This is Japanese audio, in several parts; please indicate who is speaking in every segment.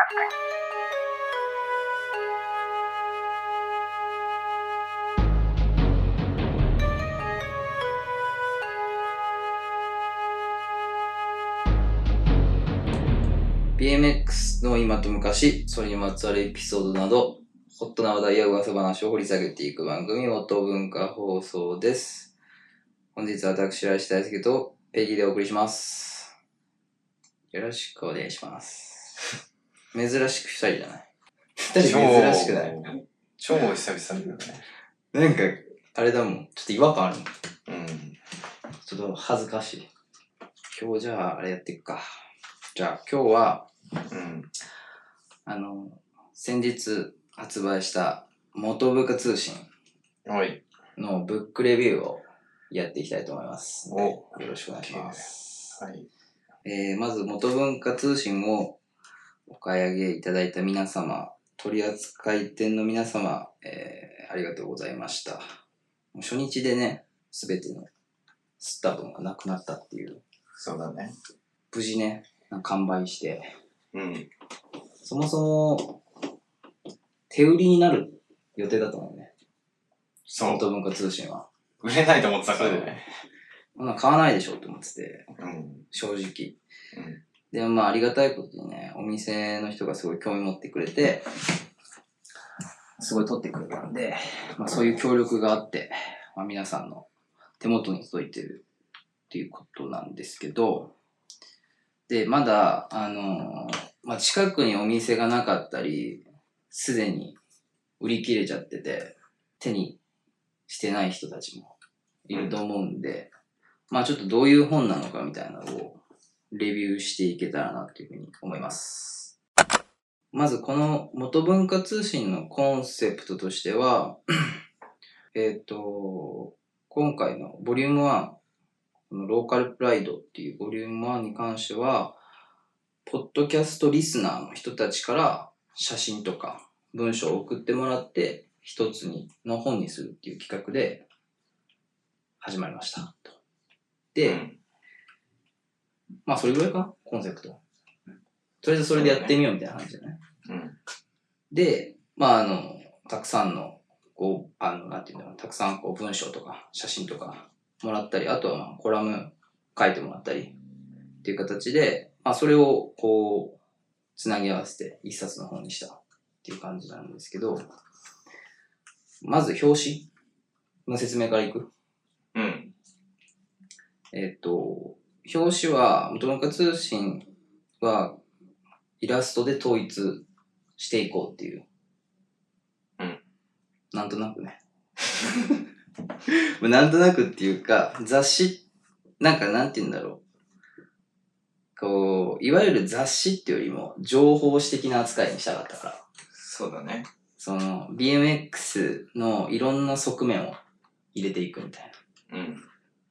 Speaker 1: Podcasting.
Speaker 2: BMX の今と昔、それにまつわるエピソードなど、ホットな話題や噂話を掘り下げていく番組、音文化放送です。本日は私、来志大輔とペギーでお送りします。よろしくお願いします。珍しく二人じゃない確かに珍しくない。
Speaker 3: 超久々だよね。
Speaker 2: なんか、あれだもん。ちょっと違和感あるもん。
Speaker 3: うん。
Speaker 2: ちょっと恥ずかしい。今日じゃあ、あれやっていくか。じゃあ、今日は、
Speaker 3: うん。
Speaker 2: あの、先日発売した元部下通信
Speaker 3: はい。
Speaker 2: のブックレビューをやっていきたいと思います。
Speaker 3: お
Speaker 2: よろしくお願いします。
Speaker 3: はい。
Speaker 2: えー、まず元文化通信をお買い上げいただいた皆様、取扱店の皆様、えー、ありがとうございました。もう初日でね、すべての吸った分がなくなったっていう、
Speaker 3: そうだね。
Speaker 2: 無事ね、完売して、
Speaker 3: うん。
Speaker 2: そもそも、手売りになる予定だったもんね。
Speaker 3: そ
Speaker 2: 元文化通信は。
Speaker 3: う。売れないと思ってたからね。
Speaker 2: こんなの買わないでしょって思ってて、
Speaker 3: うん。
Speaker 2: 正直。
Speaker 3: うん
Speaker 2: でもまあありがたいことにね、お店の人がすごい興味持ってくれて、すごい取ってくれたんで、まあそういう協力があって、まあ皆さんの手元に届いてるっていうことなんですけど、で、まだ、あのーまあ近くにお店がなかったり、すでに売り切れちゃってて、手にしてない人たちもいると思うんで、まあちょっとどういう本なのかみたいなのをレビューしていけたらなというふうに思います。まずこの元文化通信のコンセプトとしては、えっと、今回のボリューム1、このローカルプライドっていうボリューム1に関しては、ポッドキャストリスナーの人たちから写真とか文章を送ってもらって、一つにの本にするっていう企画で始まりました。とで、
Speaker 3: うん
Speaker 2: まあ、それぐらいかな、コンセプト。とりあえずそれでやってみようみたいな感じじゃない、
Speaker 3: うん。
Speaker 2: で、まあ、あの、たくさんの、こう、あの、なんていうんだろう、たくさんこう文章とか写真とかもらったり、あとはまあコラム書いてもらったりっていう形で、まあ、それをこう、つなぎ合わせて一冊の本にしたっていう感じなんですけど、まず表紙の説明からいく
Speaker 3: うん。
Speaker 2: えっ、と、表紙は、ドンカ通信は、イラストで統一していこうっていう。
Speaker 3: うん。
Speaker 2: なんとなくね。 まあなんとなくっていうか、雑誌、なんかなんて言うんだろう。こう、いわゆる雑誌っていうよりも、情報誌的な扱いにしたかったから。
Speaker 3: そうだね。
Speaker 2: その、BMX のいろんな側面を入れていくみたいな。
Speaker 3: うん。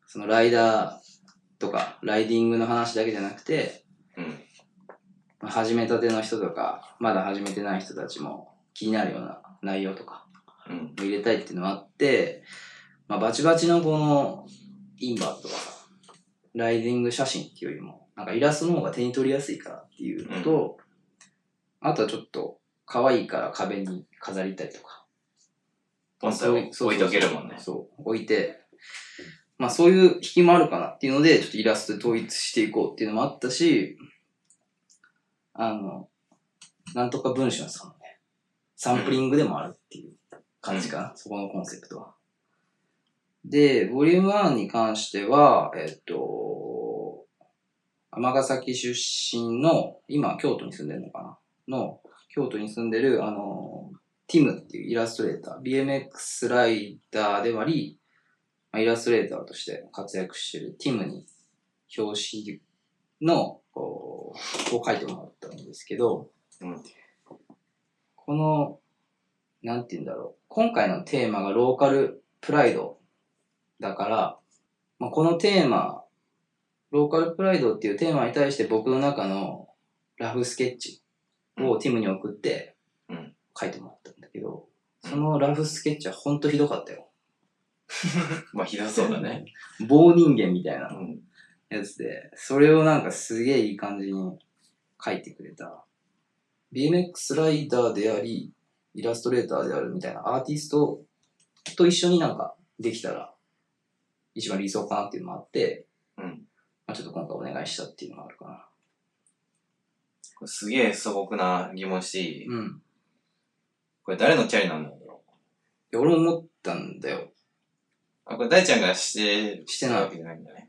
Speaker 2: そのライダーとか、ライディングの話だけじゃなくて、
Speaker 3: うん。
Speaker 2: まあ始めたての人とか、まだ始めてない人たちも気になるような内容とか
Speaker 3: うん。
Speaker 2: を入れたいっていうのがあって、まあ、バチバチのこのインバーとかさ、ライディング写真っていうよりも、なんかイラストの方が手に取りやすいからっていうのと、あとはちょっと可愛いから壁に飾りたりとか、
Speaker 3: ポンタを置いておけるもんね。
Speaker 2: そう、置いて、まあそういう引きもあるかなっていうので、ちょっとイラストで統一していこうっていうのもあったし、あの、なんとか文春さんのね、サンプリングでもあるっていう感じかな、そこのコンセプトは。で、ボリューム1に関しては、えっと、尼崎出身の、今京都に住んでるのかなの、京都に住んでる、あの、ティムっていうイラストレーター、BMX ライダーでもあり、まあイラストレーターとして活躍してるティムに表紙のこうを書いてもらったんですけど、
Speaker 3: うん
Speaker 2: この、なんて言うんだろう。今回のテーマがローカルプライドだから、まあ、このテーマ、ローカルプライドっていうテーマに対して僕の中のラフスケッチをティムに送って
Speaker 3: うん
Speaker 2: 書いてもらったんだけど、
Speaker 3: うん
Speaker 2: そのラフスケッチはほんとひどかったよ。
Speaker 3: まあ、ひどそうだね。。
Speaker 2: 棒人間みたいうなんやつで、それをなんかすげえいい感じに書いてくれた BMX ライダーであり、イラストレーターであるみたいなアーティストと一緒になんかできたら一番理想かなっていうのもあって、
Speaker 3: うん。
Speaker 2: まあ、ちょっと今回お願いしたっていうのがあるかな。
Speaker 3: これすげえ素朴な疑問していい、
Speaker 2: うん。
Speaker 3: これ誰のチャリなんだろう
Speaker 2: いや俺も思ったんだよ。
Speaker 3: あ、これ大ちゃんがして、
Speaker 2: してない
Speaker 3: たわけじゃないんだね。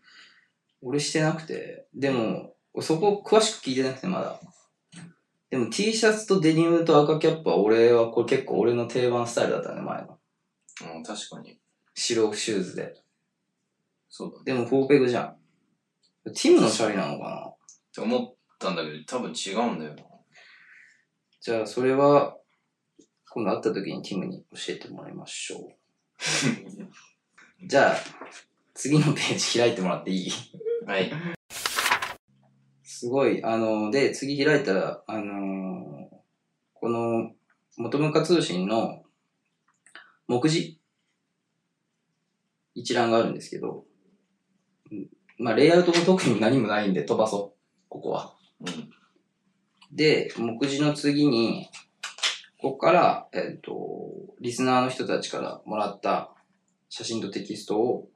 Speaker 2: 俺してなくて。でも、そこ詳しく聞いてなくてまだ。でも T シャツとデニムと赤キャップは俺はこれ結構俺の定番スタイルだったね、前の。
Speaker 3: うん、確かに。
Speaker 2: 白シューズで。
Speaker 3: そうだね。
Speaker 2: でもフォーペグじゃん。ティムのシャリなのかな
Speaker 3: って思ったんだけど、多分違うんだよな。
Speaker 2: じゃあそれは、今度会った時にティムに教えてもらいましょう。じゃあ、次のページ開いてもらっていい
Speaker 3: はい。
Speaker 2: すごい。あの、で、次開いたら、あのーこの、元文化通信の、目次、一覧があるんですけど、うんまあ、レイアウトも特に何もないんで飛ばそう。ここは。
Speaker 3: うん。
Speaker 2: で、目次の次に、ここから、えっ、と、リスナーの人たちからもらった写真とテキストを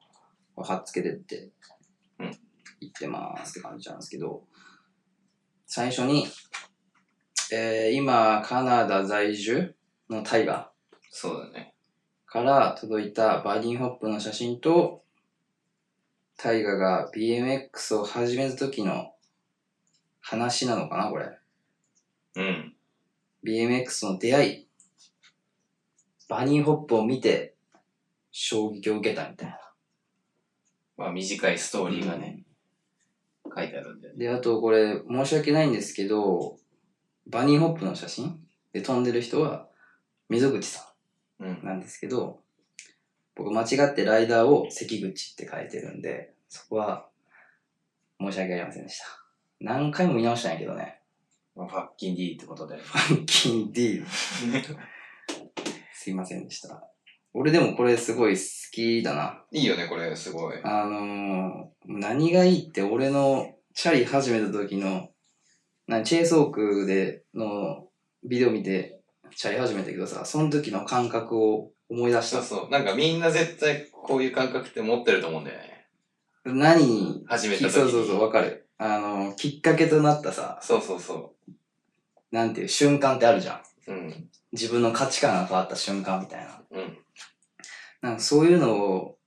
Speaker 2: 貼っつけてって
Speaker 3: うん、
Speaker 2: 言ってますって感じなんですけど、最初に、えー今、カナダ在住のタイガー
Speaker 3: そうだね。
Speaker 2: から届いたバーディンホップの写真と、タイガが BMX を始めた時の話なのかな、これ。
Speaker 3: うん。
Speaker 2: BMX の出会い、バニーホップを見て、衝撃を受けたみたいな。
Speaker 3: まあ短いストーリーがね、書いてあるんだよね。
Speaker 2: で、あとこれ、申し訳ないんですけど、バニーホップの写真で飛んでる人は、溝口さ
Speaker 3: うんん。
Speaker 2: なんですけど、僕間違ってライダーを関口って書いてるんで、そこは、申し訳ありませんでした。何回も見直したんやけどね。
Speaker 3: まあ、ファッキン D ってことで。
Speaker 2: 金 D。すいませんでした。俺でもこれすごい好きだな。
Speaker 3: いいよね、これ、すごい。
Speaker 2: あのー、何がいいって俺のチャリ始めた時の、なチェイソークでのビデオ見てチャリ始めたけどさ、その時の感覚を思い出し
Speaker 3: そう
Speaker 2: た。
Speaker 3: そう。なんかみんな絶対こういう感覚って持ってると思うんだよね。
Speaker 2: 何に、
Speaker 3: 始めた
Speaker 2: そう
Speaker 3: 時
Speaker 2: そうそう、わかる。あのー、きっかけとなったさ、
Speaker 3: そうそうそ
Speaker 2: なんていう瞬間ってあるじゃん。
Speaker 3: う。うん。
Speaker 2: 自分の価値観が変わった瞬間みたいな。
Speaker 3: うん。
Speaker 2: なんかそういうのを、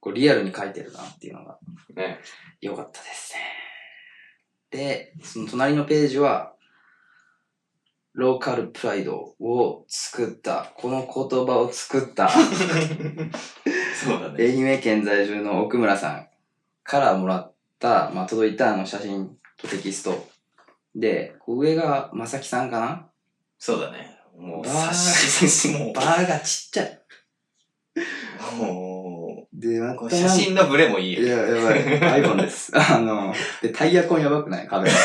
Speaker 2: こうリアルに書いてるなっていうのが
Speaker 3: ね。
Speaker 2: よかったですね。で、その隣のページは、ローカルプライドを作った、この言葉を作った
Speaker 3: そうだね。
Speaker 2: 愛媛県在住の奥村さんからもらった、まあ、届いたあの写真とテキスト。で、上がまさきさんかな
Speaker 3: そうだね。もう、
Speaker 2: バー
Speaker 3: 察し、察し、も
Speaker 2: バーがちっちゃい。
Speaker 3: う、も
Speaker 2: で、ま
Speaker 3: う、こう
Speaker 2: た
Speaker 3: 写真のブレもいい
Speaker 2: い
Speaker 3: よ
Speaker 2: や、
Speaker 3: ね。
Speaker 2: やばい。iPhone です。あの、で、タイヤコンやばくない壁 の。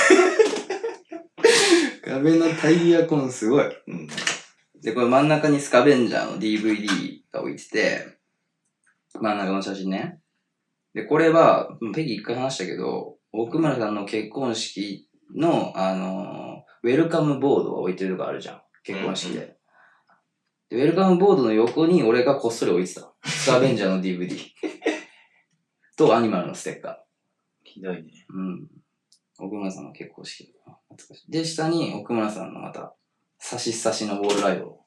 Speaker 2: 壁のタイヤコンすごい。
Speaker 3: うん。
Speaker 2: で、これ真ん中にスカベンジャーの DVD が置いてて、真ん中の写真ね。で、これは、うんペギ一回話したけど、奥村さんの結婚式の、あのーウェルカムボードを置いてるとこあるじゃん。結婚式で。でウェルカムボードの横に俺がこっそり置いてた。スカベンジャーの DVD。と、アニマルのステッカー。
Speaker 3: ひどいね。
Speaker 2: うん。奥村さんの結婚式だな懐かしい。で、下に奥村さんのまた、さしさしのボールライド。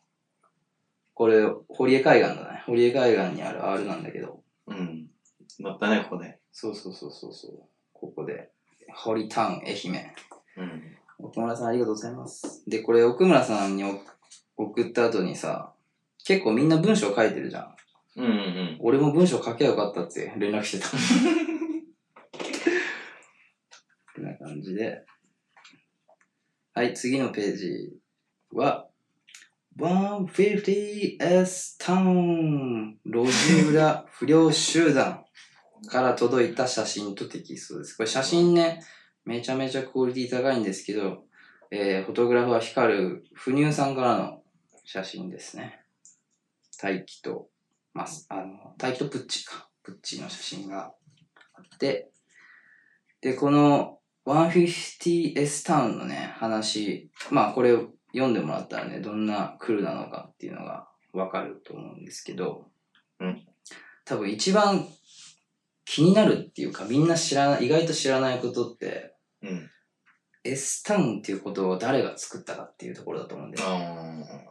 Speaker 2: これ、堀江海岸だね。堀江海岸にある R なんだけど。
Speaker 3: うん。乗ったね、ここで。
Speaker 2: そうそうそうそうそう。ここで。堀タウン、愛媛。
Speaker 3: うん。
Speaker 2: 奥村さんありがとうございます。で、これ奥村さんに送送った後にさ、結構みんな文章書いてるじゃん。
Speaker 3: うんうん。
Speaker 2: 俺も文章書けばよかったって連絡 してた。こんな感じで。はい、次のページは、150S タウン路地裏不良集団から届いた写真とテキストです。これ写真ね、めちゃめちゃクオリティ高いんですけど、えー、フォトグラファー光る不乳さんからの写真ですね。大輝とます。あの、大輝とプッチか。プッチの写真があって、で、この 150S タウンのね、話、まあこれを読んでもらったらね、どんなクルーなのかっていうのがわかると思うんですけど、
Speaker 3: うん
Speaker 2: 多分一番気になるっていうか、みんな知らない、意外と知らないことって、
Speaker 3: うん。
Speaker 2: S タウンっていうことを誰が作ったかっていうところだと思うんで、
Speaker 3: あ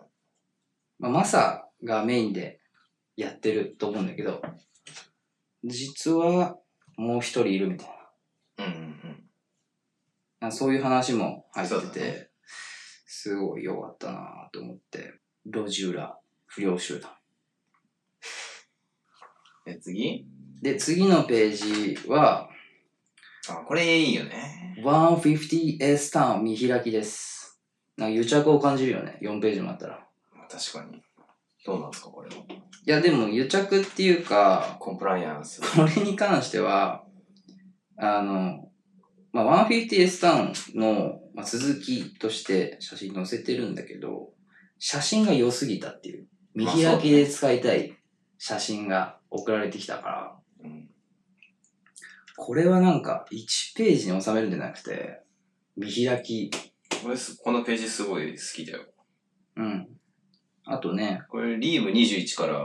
Speaker 2: まあ、マサがメインでやってると思うんだけど、実はもう一人いるみたいな。
Speaker 3: ー。うんうん
Speaker 2: なんかそういう話も入って
Speaker 3: そう
Speaker 2: て、
Speaker 3: だね
Speaker 2: すごい良かったなと思って。路地裏、不良集団。
Speaker 3: うん。で、次
Speaker 2: で、次のページは、
Speaker 3: あ、これいいよね。
Speaker 2: 150S ターン見開きです。なんか癒着を感じるよね、4ページもあったら。
Speaker 3: まあ確かに。どうなんですか、これは。
Speaker 2: いや、でも癒着っていうか、
Speaker 3: コンプライアンス。
Speaker 2: これに関しては、あの、まあ、150S ターンの、まあ、続きとして写真載せてるんだけど、写真が良すぎたっていう。見
Speaker 3: まあ
Speaker 2: 開
Speaker 3: そう
Speaker 2: きで使いたい写真が送られてきたから、
Speaker 3: うん。
Speaker 2: これはなんか1ページに収めるんじゃなくて、見開き。
Speaker 3: これす、このページすごい好きだよ。
Speaker 2: うん。あとね、
Speaker 3: これ、リーブ21から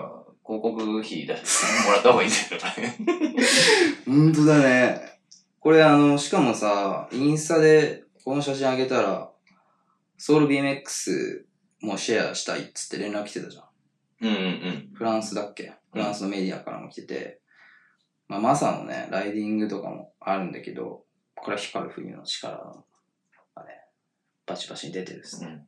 Speaker 3: 広告費だ もらった方がいいんだよね。
Speaker 2: ほんとだね。これあの、しかもさ、インスタでこの写真あげたら、ソウル BMX もシェアしたいっつって連絡来てたじゃん。
Speaker 3: うんうん
Speaker 2: フランスだっけフランスのメディアからも来てて、まあ、マサのね、ライディングとかもあるんだけど、これは光る冬の力がね、バチバチに出てるです
Speaker 3: う
Speaker 2: ね。
Speaker 3: ん。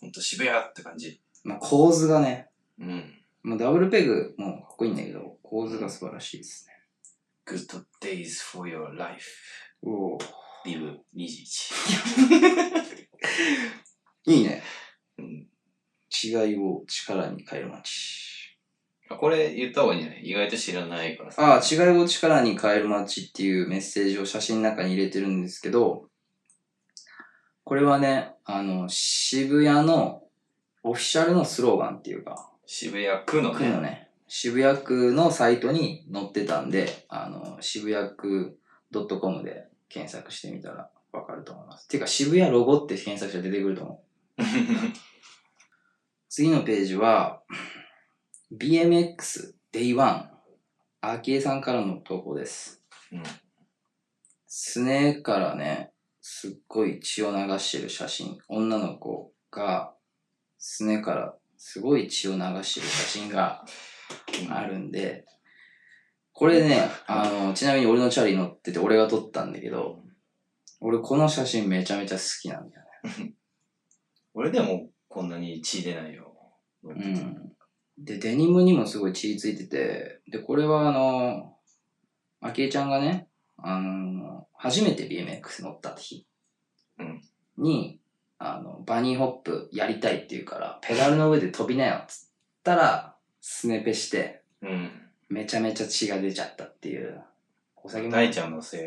Speaker 3: ほんと渋谷って感じ。
Speaker 2: まあ、構図がね、
Speaker 3: うん。
Speaker 2: もうダブルペグもかっこいいんだけど、構図が素晴らしいですね。
Speaker 3: Good days for your life.
Speaker 2: おお。
Speaker 3: リブ21。
Speaker 2: いいね。
Speaker 3: うん。
Speaker 2: 違いを力に変える街。
Speaker 3: あこれ言った方がいいんじゃない意外と知らないからさ。
Speaker 2: ああ、違いを力に変える街っていうメッセージを写真の中に入れてるんですけど、これはね、あの、渋谷のオフィシャルのスローガンっていうか、
Speaker 3: 渋谷区の
Speaker 2: 区の
Speaker 3: ね。
Speaker 2: ね、渋谷区のサイトに載ってたんで、あの、渋谷区 .com で検索してみたらわかると思います。ていうか、渋谷ロゴって検索したら出てくると思う。次のページは、BMX Day1、アーキエさんからの投稿です。
Speaker 3: うん
Speaker 2: すねからね、すっごい血を流してる写真、女の子が、すねからすごい血を流してる写真があ。るんで、これね、あの、ちなみに俺のチャリ乗ってて俺が撮ったんだけど、俺この写真めちゃめちゃ好きなんだよ
Speaker 3: 俺でもこんなに血出ないよ。う
Speaker 2: ね。うん。で、デニムにもすごい血ついてて、で、これはあの、あきえちゃんがね、あの、初めて BMX 乗った日
Speaker 3: うん
Speaker 2: に、あの、バニーホップやりたいって言うから、ペダルの上で飛びなよっつったら、スネペして、
Speaker 3: うん。
Speaker 2: めちゃめちゃ血が出ちゃったっていう。お酒も
Speaker 3: 大ちゃんのせい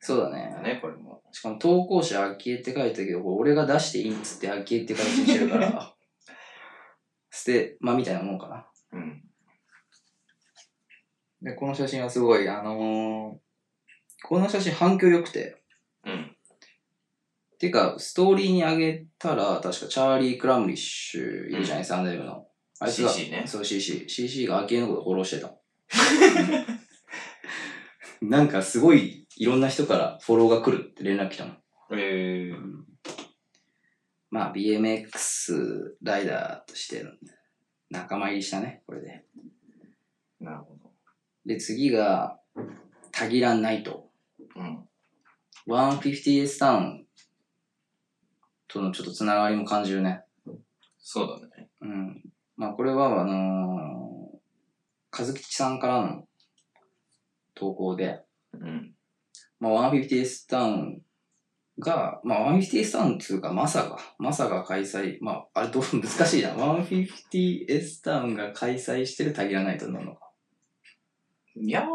Speaker 2: そうだ
Speaker 3: だ
Speaker 2: ね。
Speaker 3: ね、これも。
Speaker 2: しかも投稿者、アキエって書いてたけど、これ俺が出していいっつってアキエって形にしてる から、捨て、まあみたいなもんかな。
Speaker 3: うん。
Speaker 2: で、この写真はすごい、あのーこの写真反響良くて、
Speaker 3: うん。
Speaker 2: てか、ストーリーにあげたら、確かチャーリー・クラムリッシュいるじゃない、サンデルの。あいつが、
Speaker 3: CC ね
Speaker 2: そう、CC。CC がアキエのことフォローしてた。 なんかすごい、いろんな人からフォローが来るって連絡来たの。
Speaker 3: えー、
Speaker 2: まあ、BMX ライダーとしての仲間入りしたね、これで。
Speaker 3: なるほど。
Speaker 2: で、次が、タギランナイト。
Speaker 3: うん。
Speaker 2: 150S タウンとのちょっとつながりも感じるね。
Speaker 3: そうだね。
Speaker 2: うん。まあ、これは、あのー、和吉さんからの投稿で、
Speaker 3: うん。
Speaker 2: まあ、150S タウンが、まあ、150S タウンっていうか、まさか、まさが開催、まあ、あれどう、 難しいな。150S タウンが開催してるタギラナイトになるのか。
Speaker 3: いやー、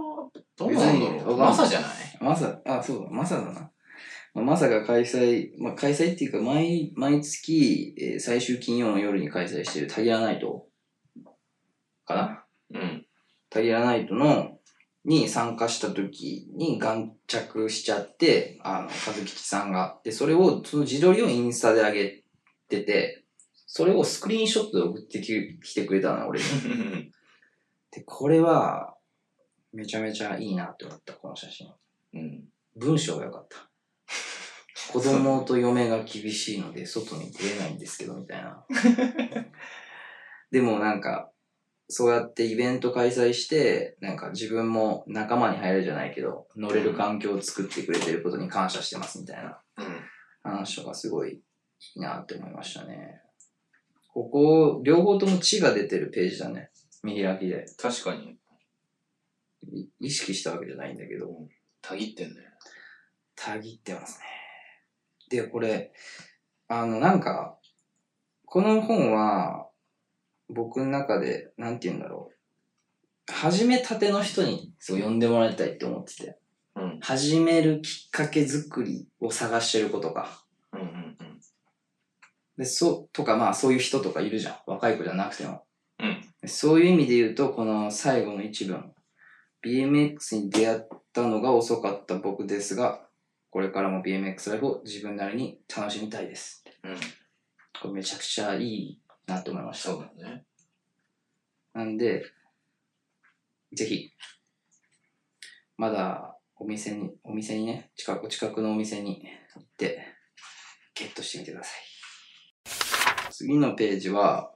Speaker 3: どうなんだ
Speaker 2: 別にわ
Speaker 3: ろ
Speaker 2: かん
Speaker 3: う。
Speaker 2: ない
Speaker 3: マサじゃない
Speaker 2: まさ、あ、そうだ、まさだな。まあ、まさが開催、まあ、開催っていうか、毎、毎月、えー最終金曜の夜に開催してるタギラナイトかな
Speaker 3: うん。
Speaker 2: タギラナイトの、に参加した時に眼着しちゃって、あの、和吉さんが。で、それを、その自撮りをインスタで上げてて、それをスクリーンショットで送ってき来てくれたの、俺に。で、これは、めちゃめちゃいいなって思った、この写真。
Speaker 3: うん。
Speaker 2: 文章が良かった。子供と嫁が厳しいので外に出れないんですけど、みたいな。でもなんか、そうやってイベント開催して、なんか自分も仲間に入るじゃないけど、乗れる環境を作ってくれてることに感謝してますみたいな
Speaker 3: うん。
Speaker 2: 話とかすごいいいなって思いましたね。ここ、両方とも血が出てるページだね。見開きで。
Speaker 3: 確かに、
Speaker 2: い意識したわけじゃないんだけど。
Speaker 3: たぎってんだよ。
Speaker 2: たぎってますね。で、これ、あの、なんか、この本は、僕の中で、なんて言うんだろう。始めたての人に、そう、呼んでもらいたいって思ってて。
Speaker 3: うん。
Speaker 2: 始めるきっかけ作りを探してることか。
Speaker 3: うんうんうん。
Speaker 2: で、そう、とか、まあ、そういう人とかいるじゃん。若い子じゃなくても。
Speaker 3: うん。
Speaker 2: そういう意味で言うと、この最後の一文。BMX に出会ったのが遅かった僕ですが、これからも BMX ライフを自分なりに楽しみたいです。
Speaker 3: うん。
Speaker 2: これめちゃくちゃいいなと思いました
Speaker 3: そう。だね。
Speaker 2: なんで、ぜひ、まだお店に、お店にね、近く、お近くのお店に行って、ゲットしてみてください。次のページは、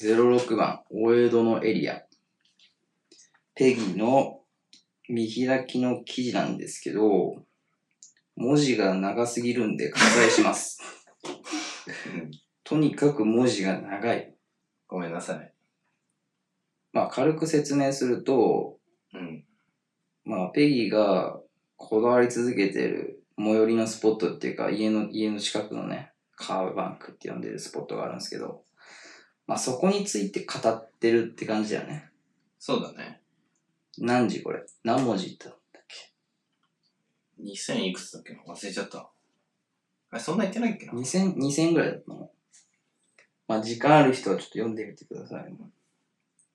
Speaker 2: 06番、大江戸のエリア。ペギの見開きの記事なんですけど、文字が長すぎるんで割愛します。とにかく文字が長い。
Speaker 3: ごめんなさい。
Speaker 2: まあ、軽く説明すると、
Speaker 3: うん。
Speaker 2: まあ、ペギーがこだわり続けてる最寄りのスポットっていうか、家の、家の近くのね、カーブバンクって呼んでるスポットがあるんですけど、まあそこについて語ってるって感じだよね。
Speaker 3: そうだね。
Speaker 2: 何時これ何文字言ったんだっけ
Speaker 3: 2000いくつだっけな忘れちゃった。あ、そんな言ってないっけな
Speaker 2: ?2000、2000ぐらいだったのまあ時間ある人はちょっと読んでみてください。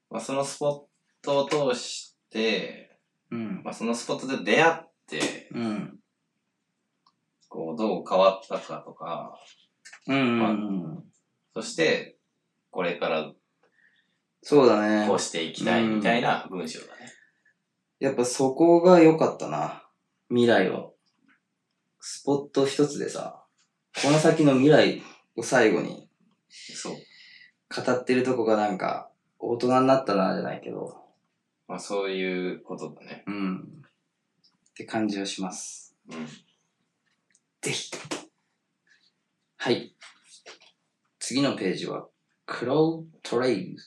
Speaker 3: まあ、そのスポットを通して、
Speaker 2: うん。
Speaker 3: まあ、そのスポットで出会って、
Speaker 2: うん。
Speaker 3: こう、どう変わったかとか、
Speaker 2: うん、
Speaker 3: まあ
Speaker 2: うん。
Speaker 3: そして、これから
Speaker 2: そうだね
Speaker 3: こう。していきたいみたいな文章だね。
Speaker 2: やっぱそこが良かったな。未来を。スポット一つでさ、この先の未来を最後に
Speaker 3: そう。
Speaker 2: 語ってるとこがなんか、大人になったなじゃないけど、
Speaker 3: まあ、そういうことだね。
Speaker 2: うん。って感じはします。
Speaker 3: うん。
Speaker 2: ぜひ。はい。次のページは、クロウトレイル。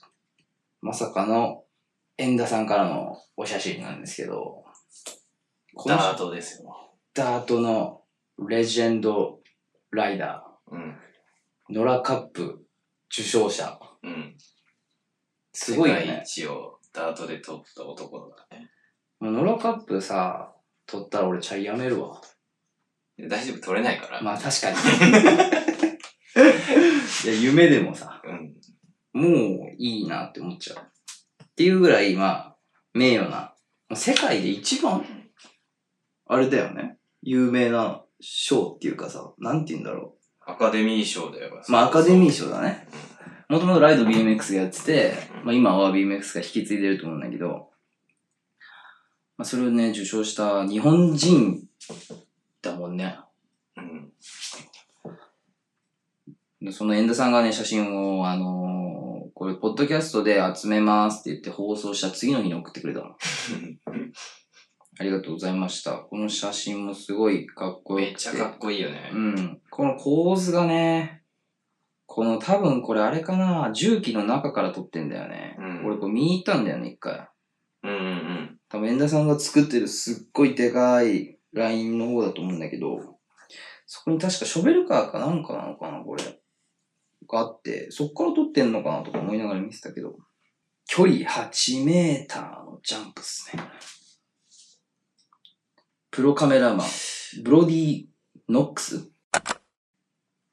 Speaker 2: まさかの、遠田さんからのお写真なんですけど、この
Speaker 3: ダートですよ。
Speaker 2: ダートのレジェンドライダ
Speaker 3: うん。
Speaker 2: ー、ノラカップ受賞者。
Speaker 3: うん。
Speaker 2: すごいよ
Speaker 3: 世界
Speaker 2: ね。
Speaker 3: 一をダートで取った男だからね。
Speaker 2: もうノラカップさ、取ったら俺茶やめる わ。
Speaker 3: で大丈夫、取れないから。
Speaker 2: まあ確か に。いや、夢でもさ、
Speaker 3: うん。
Speaker 2: もういいなって思っちゃう。っていうぐらい、まあ、名誉な。もう世界で一番、あれだよね。有名な賞っていうかさ、なんて言うんだろう。
Speaker 3: アカデミー賞だよ。
Speaker 2: まあアカデミー賞だね。もともとライド BMX がやってて、まあ今は BMX が引き継いでると思うんだけど、まあそれをね、受賞した日本人だもんね。
Speaker 3: うん。
Speaker 2: でその遠田さんがね、写真を、あのーこれ、ポッドキャストで集めますって言って放送した次の日に送ってくれた の。ありがとうございました。この写真もすごいかっ
Speaker 3: うん。
Speaker 2: こよくて。
Speaker 3: めっちゃかっこいいよね。
Speaker 2: うん。この構図がね、この多分これあれかな、重機の中から撮ってんだよね。
Speaker 3: うん
Speaker 2: 俺これ見に行ったんだよね、一回。
Speaker 3: うんうんうん。
Speaker 2: 多分、遠田さんが作ってるすっごいでかいラインの方だと思うんだけど、そこに確かショベルカーかなんかなのかな、これ。があって、そこから撮ってんのかなとか思いながら見てたけど、距離8メーターのジャンプっすね。プロカメラマン、ブロディ・ノックス。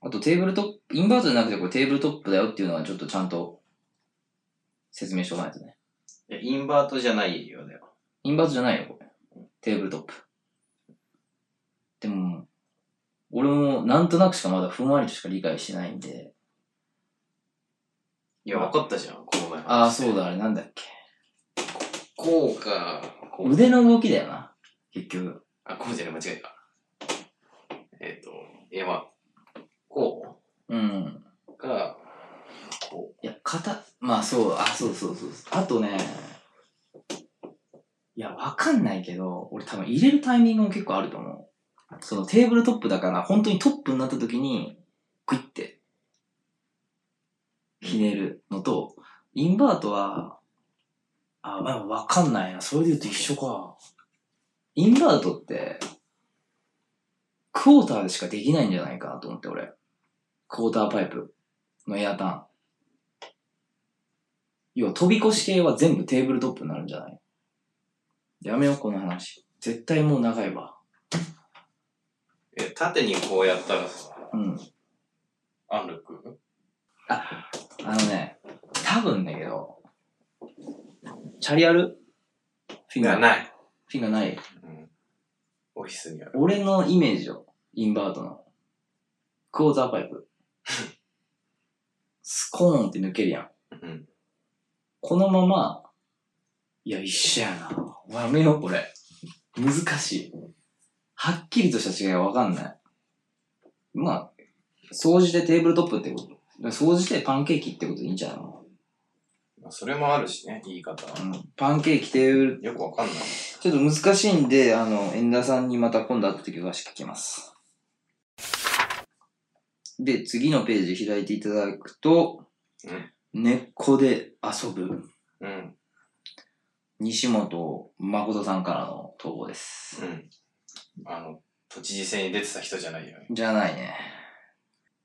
Speaker 2: あとテーブルトップ、インバートじゃなくてこれテーブルトップだよっていうのはちょっとちゃんと説明しておかないとね。
Speaker 3: いやインバートじゃないよね。
Speaker 1: インバーズじゃないよ、これ。
Speaker 2: テーブルトップ。
Speaker 1: でも、俺もなんとなくしかまだふんわりとしか理解してないんで。
Speaker 3: いや、分かったじゃん、この前。
Speaker 1: ああ、そう。だ、あれなんだっけ。
Speaker 3: こうか。こう
Speaker 1: 腕の動きだよな。結局。
Speaker 3: あ、こうじゃない、間違えた。えっ、と、いや、まあ、こ
Speaker 1: うん。
Speaker 3: うか、こ
Speaker 1: いや、肩、
Speaker 2: まあそう、あ、そうそうそうそう。あとね、
Speaker 1: いや、わかんないけど、俺多分入れるタイミングも結構あると思う。そのテーブルトップだから、本当にトップになった時に、クイって、ひねるのと、インバートは、あ、まあわかんないな。それで言うと一緒か。インバートって、クォーターでしかできないんじゃないかなと思って、俺。クォーターパイプのエアターン。要は飛び越し系は全部テーブルトップになるんじゃないやめよう、この話。絶対もう長いわ。
Speaker 3: う、え縦にこうやったらさ、
Speaker 1: うん。
Speaker 3: アンルック
Speaker 1: あのね、多分だけど、チャリあるフィンガーい。
Speaker 3: ない。
Speaker 1: フィンガーない。
Speaker 3: うん。オフィスにある。
Speaker 1: 俺のイメージよ。インバートの。クォーターパイプ。スコーンって抜けるやん。
Speaker 3: うん。
Speaker 1: このまま、いや、一緒やな。やめよう、これ。難しい。はっきりとした違いはわかんない。まあ、掃除でテーブルトップってこと。掃除でパンケーキってことでいいんじゃないの、
Speaker 3: まあ、それもあるしね、言い方。
Speaker 1: うん、パンケーキ、テーブル、
Speaker 3: よくわかんない。
Speaker 2: ちょっと難しいんで、あの、遠田さんにまた今度会った時はし聞きます。で、次のページ開いていただくと、
Speaker 1: 根っこで遊ぶ。
Speaker 3: うん。
Speaker 2: 西本誠さんからの投稿です。
Speaker 3: うん。あの、都知事選に出てた人じゃないよね。
Speaker 2: じゃないね。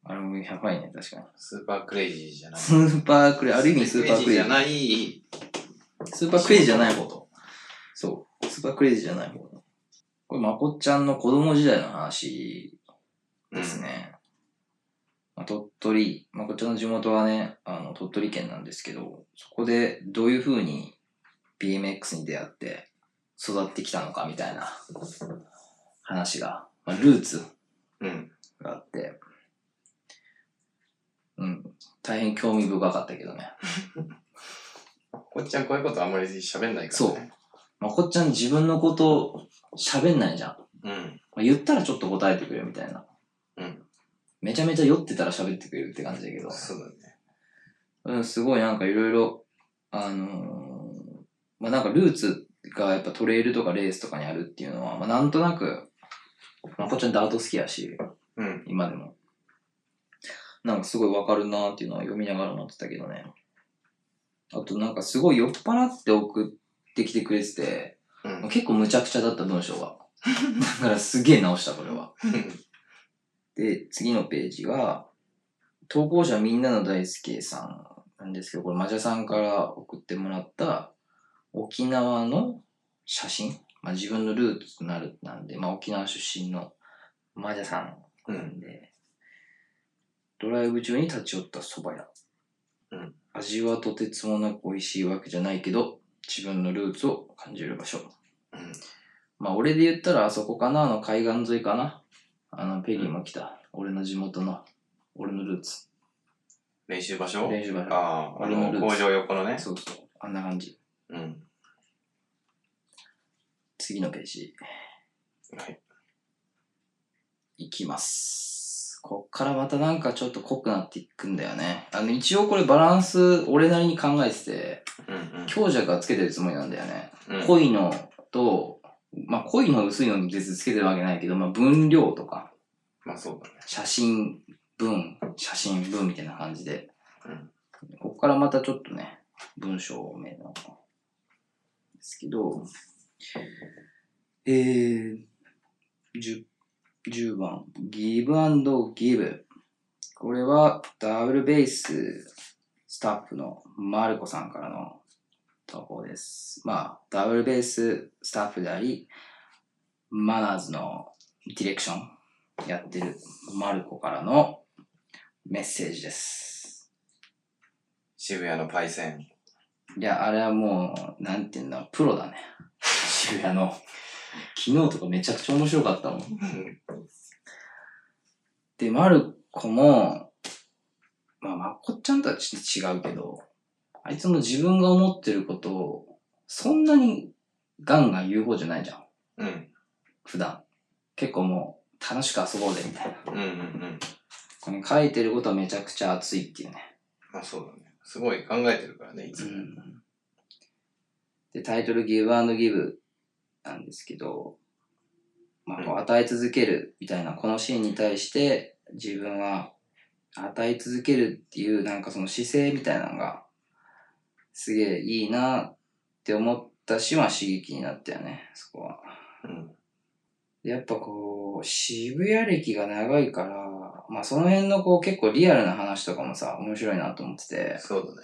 Speaker 2: あれもやばいね、確かに。
Speaker 3: スーパークレイジーじゃない。
Speaker 2: スーパークレイ、ある意味スーパークレイ
Speaker 3: じ
Speaker 2: ジ
Speaker 3: ゃ
Speaker 2: ー。
Speaker 3: ない。
Speaker 2: スーパークレイジーじゃない方と。そう。スーパークレイジーじゃない方と。これ、まこっちゃんの子供時代の話
Speaker 3: うん
Speaker 2: ですね。まあ鳥取、まあ、こっちらの地元はね、あの、鳥取県なんですけど、そこでどういう風に BMX に出会って育ってきたのかみたいな話が、まあ、ルーツ
Speaker 3: うん。
Speaker 2: があって、うん、大変興味深かったけどね。
Speaker 3: こっちゃんこういうことあんまり喋んないからね。
Speaker 2: そうまあ、こっちゃん自分のこと喋んないじゃん。
Speaker 3: うん。
Speaker 2: まあ、言ったらちょっと答えてくれるみたいな。
Speaker 3: うん。
Speaker 2: めちゃめちゃ酔ってたら喋ってくれるって感じだけど。
Speaker 3: そうだね。
Speaker 2: うん、すごいなんかいろいろ、あのーまあ、なんかルーツがやっぱトレイルとかレースとかにあるっていうのは、まあ、なんとなく、まこっちゃんダート好きやし、
Speaker 3: うん。
Speaker 2: 今でも。なんかすごいわかるなーっていうのは読みながら思ってたけどね。あとなんかすごい酔っ払って送ってきてくれてて、
Speaker 3: う
Speaker 2: まあ
Speaker 3: ん。
Speaker 2: 結構むちゃくちゃだった文章が。 だからすげえ直したこれは。で、次のページが、投稿者みんなの大輔さんなんですけど、これ、マジャさんから送ってもらった沖縄の写真、まあ、自分のルーツとなるなんで、まあ、沖縄出身のマジャさん
Speaker 3: う。
Speaker 2: なんんで、ドライブ中に立ち寄った蕎麦屋。
Speaker 3: うん
Speaker 2: 味はとてつもなく美味しいわけじゃないけど、自分のルーツを感じる場所。
Speaker 3: うん。
Speaker 2: まあ、俺で言ったらあそこかな、あの海岸沿いかな。あの、ペリーも来た。俺の地元の、俺のルーツ。
Speaker 3: 練習場所
Speaker 2: 練習場所。
Speaker 3: ああ、あ
Speaker 2: 俺の
Speaker 3: の、
Speaker 2: ルー
Speaker 3: 工
Speaker 2: ツ
Speaker 3: 場横のね。
Speaker 2: そうそう。あんな感じ。
Speaker 3: うん。
Speaker 2: 次のページ。
Speaker 3: はい。
Speaker 2: いきます。こっからまたなんかちょっと濃くなっていくんだよね。あの、一応これバランス、俺なりに考えてて、
Speaker 3: うん
Speaker 2: 強弱はつけてるつもりなんだよね。
Speaker 3: うん。うん。
Speaker 2: 濃いのと、まあ、濃いの薄いのに別につけてるわけないけど、まあ、分量とか。
Speaker 3: まあそうだね。
Speaker 2: 写真文、写真文みたいな感じで、
Speaker 3: うん
Speaker 2: ここからまたちょっとね、文章名の、ですけど、えー、10, 10番、give and give。これは、ダブルベーススタッフのマルコさんからの投稿です。まあ、ダブルベーススタッフであり、マナーズのディレクションやってるマルコからのメッセージです。
Speaker 3: 渋谷のパイセン。
Speaker 2: いや、あれはもう、なんていうんだ、プロだね。渋谷の。昨日とかめちゃくちゃ面白かったもん。
Speaker 3: うん
Speaker 2: で、マルコも、まあ、まこっちゃんとはちょっと違うけど、あいつも自分が思ってることを、そんなにガンガン言う方じゃないじゃん。
Speaker 3: うん
Speaker 2: 普段。結構もう、楽しく遊ぼうぜ、みたいな。
Speaker 3: うんうん。
Speaker 2: この書いてることはめちゃくちゃ熱いっていうね。
Speaker 3: まあそうだね。すごい考えてるからね、いつも。
Speaker 2: で、タイトル Give and Give なんですけど、まあ、こ
Speaker 3: う
Speaker 2: う与え続けるみたいな、このシーンに対して自分は与え続けるっていうなんかその姿勢みたいなのがすげえいいなって思ったし、まあ刺激になったよね、そこは。
Speaker 3: うん。
Speaker 2: でやっぱこう、渋谷歴が長いから、まあその辺のこう結構リアルな話とかもさ、面白いなと思ってて、
Speaker 3: そうだ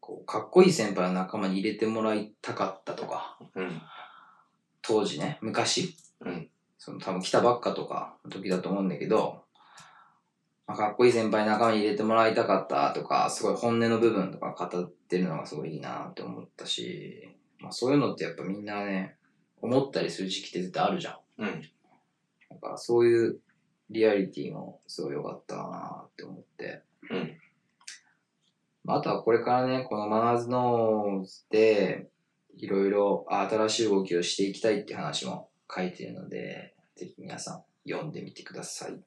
Speaker 2: こうかっこいい先輩の仲間に入れてもらいたかったとか、
Speaker 3: ね。
Speaker 2: 当時ね、昔、
Speaker 3: うん
Speaker 2: その多分来たばっかとかの時だと思うんだけど、まあ、かっこいい先輩仲間に入れてもらいたかったとか、すごい本音の部分とか語ってるのがすごいいいなって思ったし、まあ、そういうのってやっぱみんなね、思ったりする時期って絶対あるじゃん。
Speaker 3: うん。うん。
Speaker 2: だからそういうリアリティもすごい良かったなって思って。
Speaker 3: うん
Speaker 2: まあ。あとはこれからね、このマナーズノーズで、いろいろ新しい動きをしていきたいって話も書いてるので、ぜひ皆さん読んでみてください。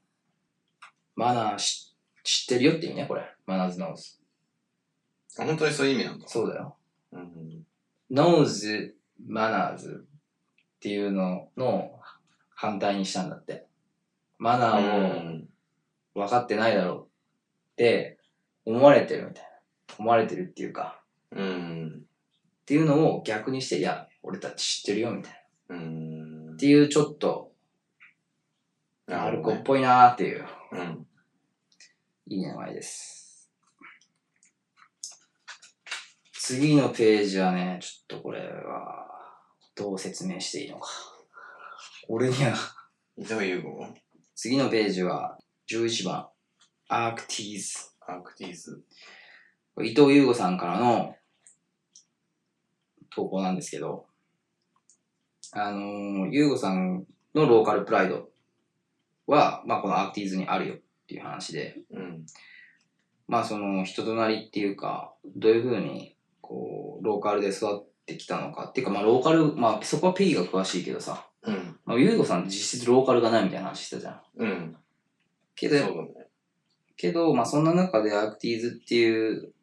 Speaker 2: マナーし知ってるよって意味ね、これ。マナーズノーズ。
Speaker 3: あ本当にそういう意味なんだ。
Speaker 2: そうだよ。
Speaker 3: うん。
Speaker 2: ノーズ、マナーズっていうのの反対にしたんだって。マナーを、
Speaker 3: うん。
Speaker 2: 分かってないだろうって思われてるみたいな。思われてるっていうか、
Speaker 3: うん。
Speaker 2: っていうのを逆にして、いや、俺たち知ってるよみたいな。
Speaker 3: うん
Speaker 2: って。いうちょっと、
Speaker 3: な
Speaker 2: ア
Speaker 3: る
Speaker 2: ルコ
Speaker 3: ほど
Speaker 2: っ
Speaker 3: ね
Speaker 2: ぽいなーっていう、
Speaker 3: うん。
Speaker 2: いい名前です。次のページはね、ちょっとこれは、どう説明していいのか。俺には、
Speaker 3: 伊藤優吾
Speaker 2: 次のページは、11番、アークティーズ。
Speaker 3: アークティーズ。
Speaker 2: 伊藤優吾さんからの投稿なんですけど、あのー、優吾さんのローカルプライドは、まあこのアーティーズにあるよっていう話で、
Speaker 3: うん。
Speaker 2: まあその人となりっていうか、どういうふうに、こう、ローカルで育ってきたのかっていうか、まあローカル、まあそこは P が詳しいけどさ、
Speaker 3: うん。
Speaker 2: まあ優吾さんって実質ローカルがないみたいな話してたじゃん。
Speaker 3: うん。
Speaker 2: け
Speaker 3: そう
Speaker 2: ど
Speaker 3: だね。
Speaker 2: けど、まあそんな中でアークティーズっていう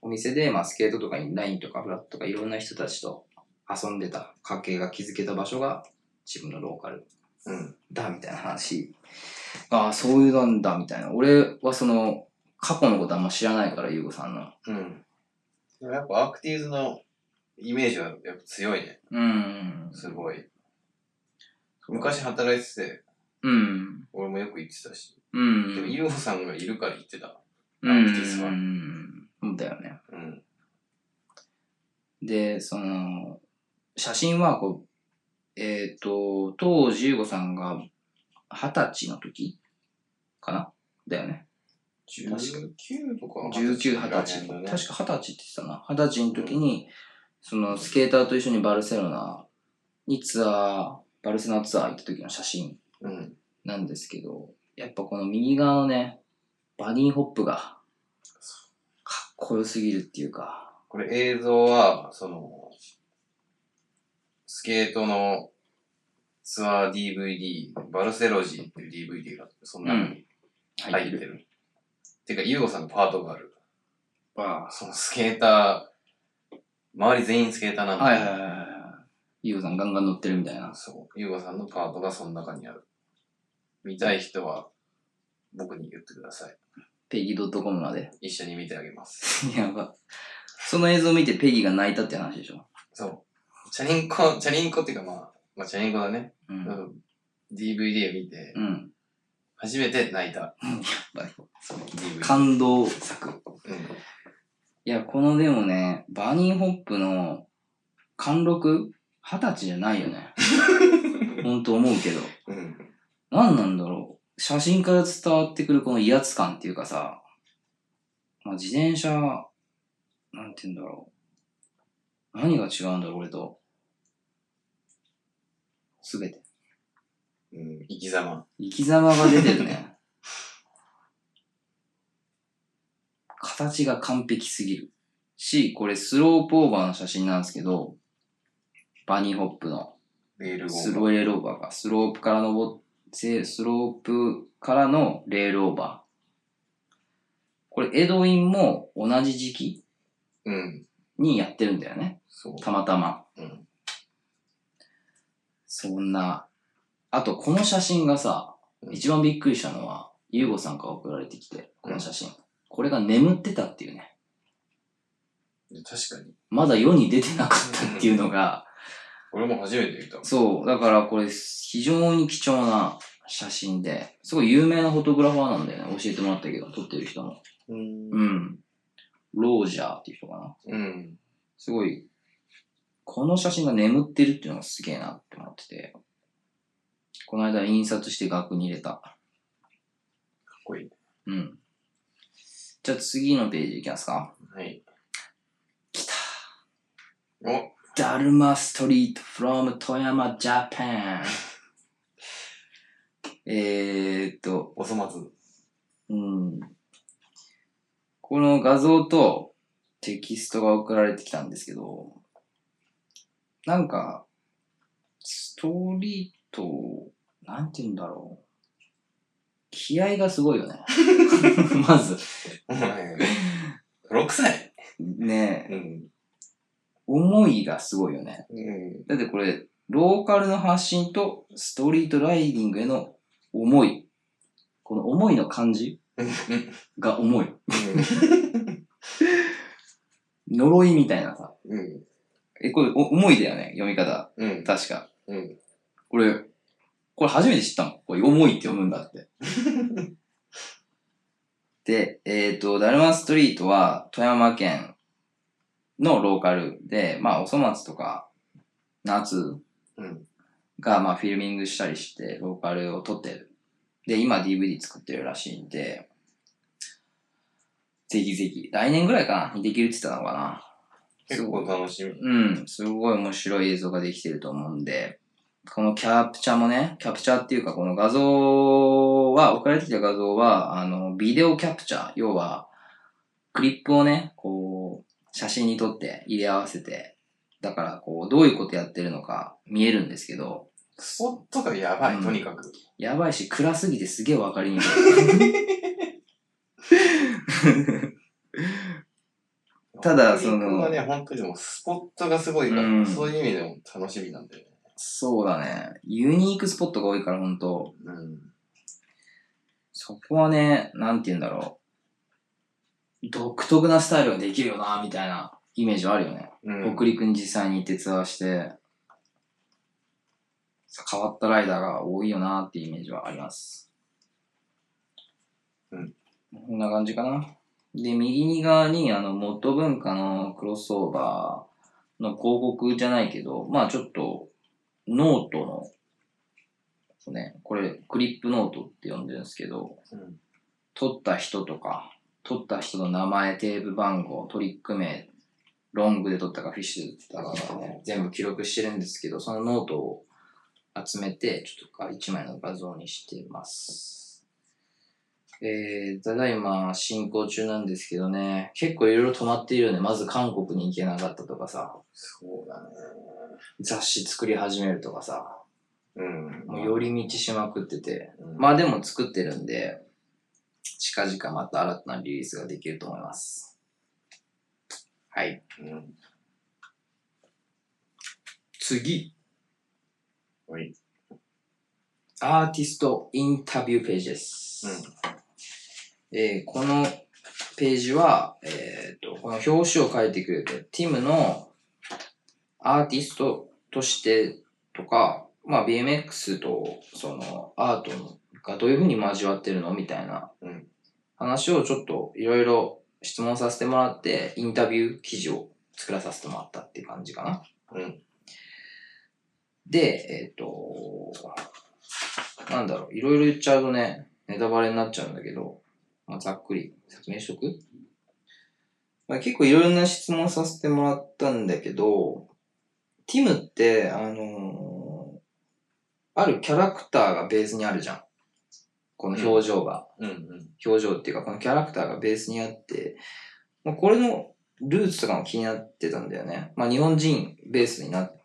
Speaker 2: お店で、まあスケートとかインラインとかフラットとかいろんな人たちと遊んでた家系が築けた場所が自分のローカル
Speaker 3: うん。
Speaker 2: だみたいな話。ああ、そういうなんだみたいな。俺はその過去のことあんま知らないから、ゆうごさんの。
Speaker 3: うん。でもやっぱアークティーズのイメージはやっぱ強いね。
Speaker 2: うん。
Speaker 3: すごい。昔働いてて、
Speaker 2: うん。
Speaker 3: 俺もよく行ってたし。
Speaker 2: うん。
Speaker 3: でも、ユーホさんがいるから行ってた。
Speaker 2: う
Speaker 3: ア
Speaker 2: ん
Speaker 3: ークティスは
Speaker 2: うん。だよね。
Speaker 3: うん。
Speaker 2: で、その、写真はこう、えっ、と、当時ゆうごさんが二十歳の時かなだよね。確か
Speaker 3: 19とか
Speaker 2: 19、二十歳。
Speaker 3: 確か
Speaker 2: 確か二十歳って言ってたな。二十歳の時に、そのスケーターと一緒にバルセロナにツアー、バルセロナツアー行った時の写真
Speaker 3: うん。
Speaker 2: なんですけど、やっぱこの右側のね、バニーホップが、かっこよすぎるっていうか、
Speaker 3: これ映像は、その、スケートのツアー DVD、バルセロジーっていう DVD が、その中に入ってる。てか、ユーゴさんのパートがある。
Speaker 2: わ
Speaker 3: そのスケーター、周り全員スケーターなんだ
Speaker 2: はいはいはいはい。ゆうさんガンガン乗ってるみたいな。
Speaker 3: そう。ユーゴさんのパートがその中にある。見たい人は、僕に言ってください。
Speaker 2: ペギドットコムまで。
Speaker 3: 一緒に見てあげます。
Speaker 2: やば。その映像を見てペギが泣いたって話でしょ。
Speaker 3: そう。チャリンコ、チャリンコっていうかまあ、まあチャリンコだね。
Speaker 2: うん。うん。
Speaker 3: DVD を見て、初めて泣いた。
Speaker 2: やばい。
Speaker 3: その DVD。
Speaker 2: 感動作。
Speaker 3: うん
Speaker 2: いや、このでもね、バニーホップの貫禄二十歳じゃないよ ね。ほんと思うけど。
Speaker 3: うん。
Speaker 2: なんなんだろう。写真から伝わってくるこの威圧感っていうかさ、まあ、自転車、なんて言うんだろう。何が違うんだろう、俺と。すべて。
Speaker 3: うん、生き様。
Speaker 2: 生き様が出てるね。 形が完璧すぎる。し、これスロープオーバーの写真なんですけど、バニーホップの
Speaker 3: レール
Speaker 2: スロ
Speaker 3: 語。
Speaker 2: ーレールオーバーが、スロープから登って、スロープからのレールオーバー。これ、エドウィンも同じ時期
Speaker 3: うん。
Speaker 2: にやってるんだよね。
Speaker 3: そう。
Speaker 2: たまたま。
Speaker 3: うん。
Speaker 2: そんな。あと、この写真がさ、
Speaker 3: うん
Speaker 2: 一番びっくりしたのは、ユーゴさんから送られてきて、この写真。これが眠ってたっていうね。
Speaker 3: 確かに。
Speaker 2: まだ世に出てなかったっていうのが、
Speaker 3: 俺も初めて見た。
Speaker 2: そう、だからこれ非常に貴重な写真で、すごい有名なフォトグラファーなんだよね。教えてもらったけど、撮ってる人も。
Speaker 3: うん
Speaker 2: う。ん。ロージャーっていう人かな。
Speaker 3: うん。
Speaker 2: すごい、この写真が眠ってるっていうのがすげえなって思ってて、この間印刷して額に入れた。
Speaker 3: かっこいい。
Speaker 2: うん。じゃあ次のページいきますか。
Speaker 3: はい。
Speaker 2: 来た。
Speaker 3: お
Speaker 2: ダルマストリート from 富山 Japan。えーっと、
Speaker 3: おそ松。
Speaker 2: うんこの画像とテキストが送られてきたんですけど、なんか、ストーリーと、なんて言うんだろう。気合がすごいよね。 まず。
Speaker 3: お前、6歳。
Speaker 2: ねえ、
Speaker 3: うん。
Speaker 2: 思いがすごいよね。
Speaker 3: うん。
Speaker 2: だってこれ、ローカルの発信とストリートライディングへの思い。この思いの感じが重い。呪いみたいなさ。
Speaker 3: うん。
Speaker 2: え、これ、お重いだよね、読み方。
Speaker 3: うん。
Speaker 2: 確か。
Speaker 3: うん。
Speaker 2: これ、これ初めて知ったの。これ、重いって読むんだ って。で、えっ、と、ダルマストリートは富山県のローカルで、まあ、おそ松とか、夏
Speaker 3: うん。
Speaker 2: が、まあ、フィルミングしたりして、ローカルを撮ってる。で、今 DVD 作ってるらしいんで、ぜひぜひ、来年ぐらいかなにできるって言ってたのかな。
Speaker 3: 結構楽しみ。
Speaker 2: うん、すごい面白い映像ができてると思うんで、このキャプチャーもね、キャプチャーっていうか、この画像は、送られてきた画像は、あの、ビデオキャプチャー、要は、クリップをね、こう、写真に撮って入れ合わせて、だから、こう、どういうことやってるのか見えるんですけど、
Speaker 3: スポットがやばい、とにかく。
Speaker 2: やばいし、暗すぎてすげえわかりにくい。ただその
Speaker 3: 僕はね、本当にでもスポットがすごいから、
Speaker 2: うん
Speaker 3: そういう意味でも楽しみなんだよね。
Speaker 2: そうだね。ユニークスポットが多いから、ほんと、
Speaker 3: うん。
Speaker 2: そこはね、なんて言うんだろう。独特なスタイルができるよな、みたいなイメージはあるよね。
Speaker 3: うん
Speaker 2: 北陸に実際に行ってツアーして、変わったライダーが多いよな、っていうイメージはあります。
Speaker 3: うん。
Speaker 2: こんな感じかな。で、右に側に、あの、元文化のクロスオーバーの広告じゃないけど、まあちょっと、ノートの、そうね、これ、クリップノートって呼んでるんですけど、
Speaker 3: うん
Speaker 2: 取った人とか、取った人の名前、テーブル番号、トリック名、ロングで取ったかフィッシュで取ったかがね、全部記録してるんですけど、そのノートを集めて、ちょっとか一枚の画像にしています。えー、ただいま進行中なんですけどね、結構いろいろ止まっているよね。まず韓国に行けなかったとかさ、
Speaker 3: そうだね。
Speaker 2: 雑誌作り始めるとかさ、
Speaker 3: うん。
Speaker 2: もう寄り道しまくってて、
Speaker 3: うん
Speaker 2: まあでも作ってるんで、近々また新たなリリースができると思います。はい。
Speaker 3: うん。
Speaker 2: 次。
Speaker 3: はい。
Speaker 2: アーティストインタビューページです。えーこのページは、えーと、この表紙を書いてくれて、ティムのアーティストとしてとか、まあ BMX とそのアートがどういうふうに交わってるのみたいな
Speaker 3: うん
Speaker 2: 話をちょっといろいろ質問させてもらって、インタビュー記事を作らさせてもらったっていう感じかな。
Speaker 3: うん。
Speaker 2: で、えっ、と、なんだろう、いろいろ言っちゃうとね、ネタバレになっちゃうんだけど、まあ、ざっくり説明しとく、まあ、結構いろいろな質問させてもらったんだけど、ティムって、あのーあるキャラクターがベースにあるじゃん。この表情が。
Speaker 3: うんうん。
Speaker 2: 表情っていうか、このキャラクターがベースにあって、まあ、これのルーツとかも気になってたんだよね。まあ、日本人ベースになっ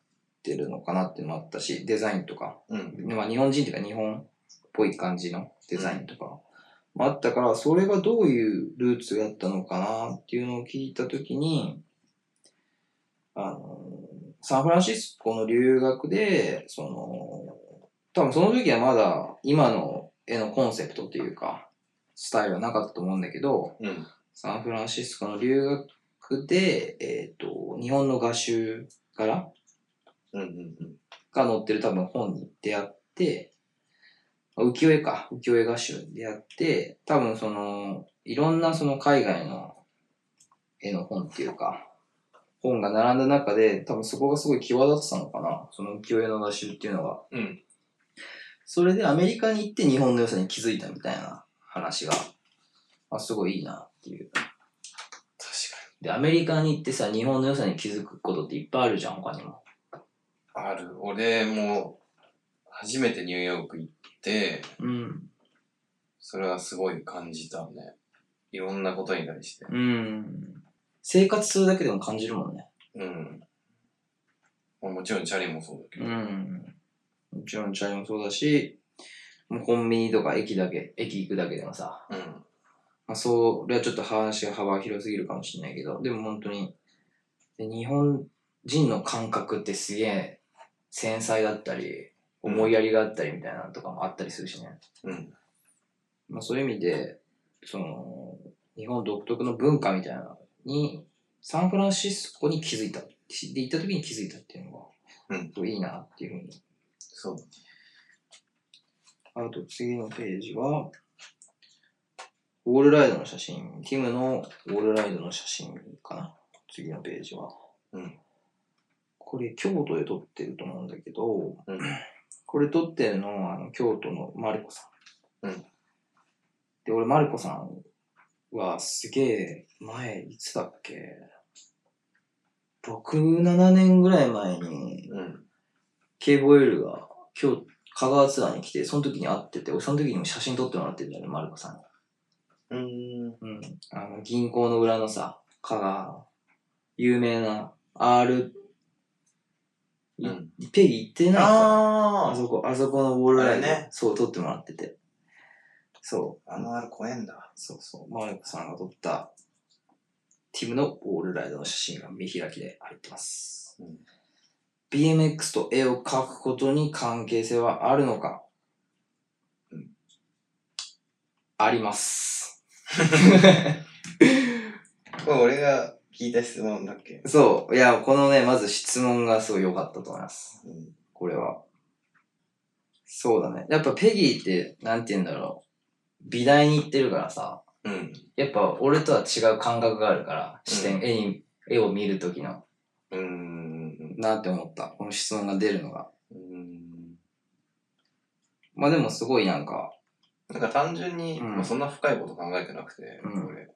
Speaker 2: てるのかなっていうのもあったし、デザインとか。
Speaker 3: うん。
Speaker 2: まあ、日本人っていうか日本っぽい感じのデザインとかもあったから、それがどういうルーツだったのかなっていうのを聞いたときに、あの、サンフランシスコの留学で、その、多分その時はまだ今の絵のコンセプトというか、スタイルはなかったと思うんだけど、
Speaker 3: うん。
Speaker 2: サンフランシスコの留学で、えっ、と、日本の画集から、
Speaker 3: うんうんうん。
Speaker 2: が載ってる多分本に出会って、あ浮世絵か、浮世絵画集に出会って、多分その、いろんなその海外の絵の本っていうか、本が並んだ中で、多分そこがすごい際立ってたのかな、その浮世絵の画集っていうのが。
Speaker 3: うん。
Speaker 2: それでアメリカに行って日本の良さに気づいたみたいな話が、あ、すごいいいなっていう。
Speaker 3: 確
Speaker 2: で、アメリカに行ってさ、日本の良さに気づくことっていっぱいあるじゃん、他にも。
Speaker 3: かに。ある。俺も、初めてニューヨーク行って、
Speaker 2: うん。
Speaker 3: それはすごい感じたね。いろんなことに対して。
Speaker 2: うん。生活するだけでも感じるもんね。
Speaker 3: うん。まあ、もちろんチャリもそうだけど。
Speaker 2: うん。もちろんチャイもそうだし、もうコンビニとか駅だけ、駅行くだけでもさ、
Speaker 3: うん。
Speaker 2: まあ、それはちょっと話が幅広すぎるかもしれないけど、でも本当に、で日本人の感覚ってすげえ繊細だったり、思いやりがあったりみたいなのとかもあったりするしね。
Speaker 3: うん。
Speaker 2: まあ、そういう意味で、その、日本独特の文化みたいなのに、サンフランシスコに気づいた。で、行った時に気づいたっていうのが、
Speaker 3: うん
Speaker 2: いいなっていうふうに
Speaker 3: そう。
Speaker 2: あと次のページは、ウォールライドの写真。キムのウォールライドの写真かな。次のページは。
Speaker 3: うん
Speaker 2: これ、京都で撮ってると思うんだけど、
Speaker 3: うん
Speaker 2: これ撮ってるのは、あの京都のマルコさん。
Speaker 3: うん
Speaker 2: で、俺、マルコさんはすげえ前、いつだっけ ?6、7年ぐらい前に、
Speaker 3: うん。
Speaker 2: KVL が今日、香川ツアーに来て、その時に会ってて、俺その時にも写真撮ってもらってるんだよね、マルコさんに。
Speaker 3: うん。
Speaker 2: うん。あの、銀行の裏のさ、香川の、有名な、R、
Speaker 3: うん。
Speaker 2: ペギ行ってないあ
Speaker 3: あ
Speaker 2: あそこ、あそこのウォールライン、
Speaker 3: あれね
Speaker 2: そう、撮ってもらってて。そう、
Speaker 3: あのあれ怖えんだ。
Speaker 2: そうそう、マルコさんが撮った、ティムのウォールライドの写真が見開きで入ってます。
Speaker 3: うん
Speaker 2: BMX と絵を描くことに関係性はあるのか、
Speaker 3: うん
Speaker 2: あり ます。
Speaker 3: これ俺が聞いた質問だっけ
Speaker 2: そう。いや、このね、まず質問がすごい良かったと思います。
Speaker 3: うん。
Speaker 2: これは。そうだね。やっぱペギーって、なんて言うんだろう。美大に行ってるからさ、
Speaker 3: うん。
Speaker 2: やっぱ俺とは違う感覚があるから、視点、
Speaker 3: うん
Speaker 2: 絵に、絵を見るときの、
Speaker 3: うん。
Speaker 2: なって思った。この質問が出るのが。
Speaker 3: うん。
Speaker 2: まあでもすごいなんか、
Speaker 3: なんか単純に、
Speaker 2: うん
Speaker 3: まあそんな深いこと考えてなくて、
Speaker 2: うん
Speaker 3: 俺。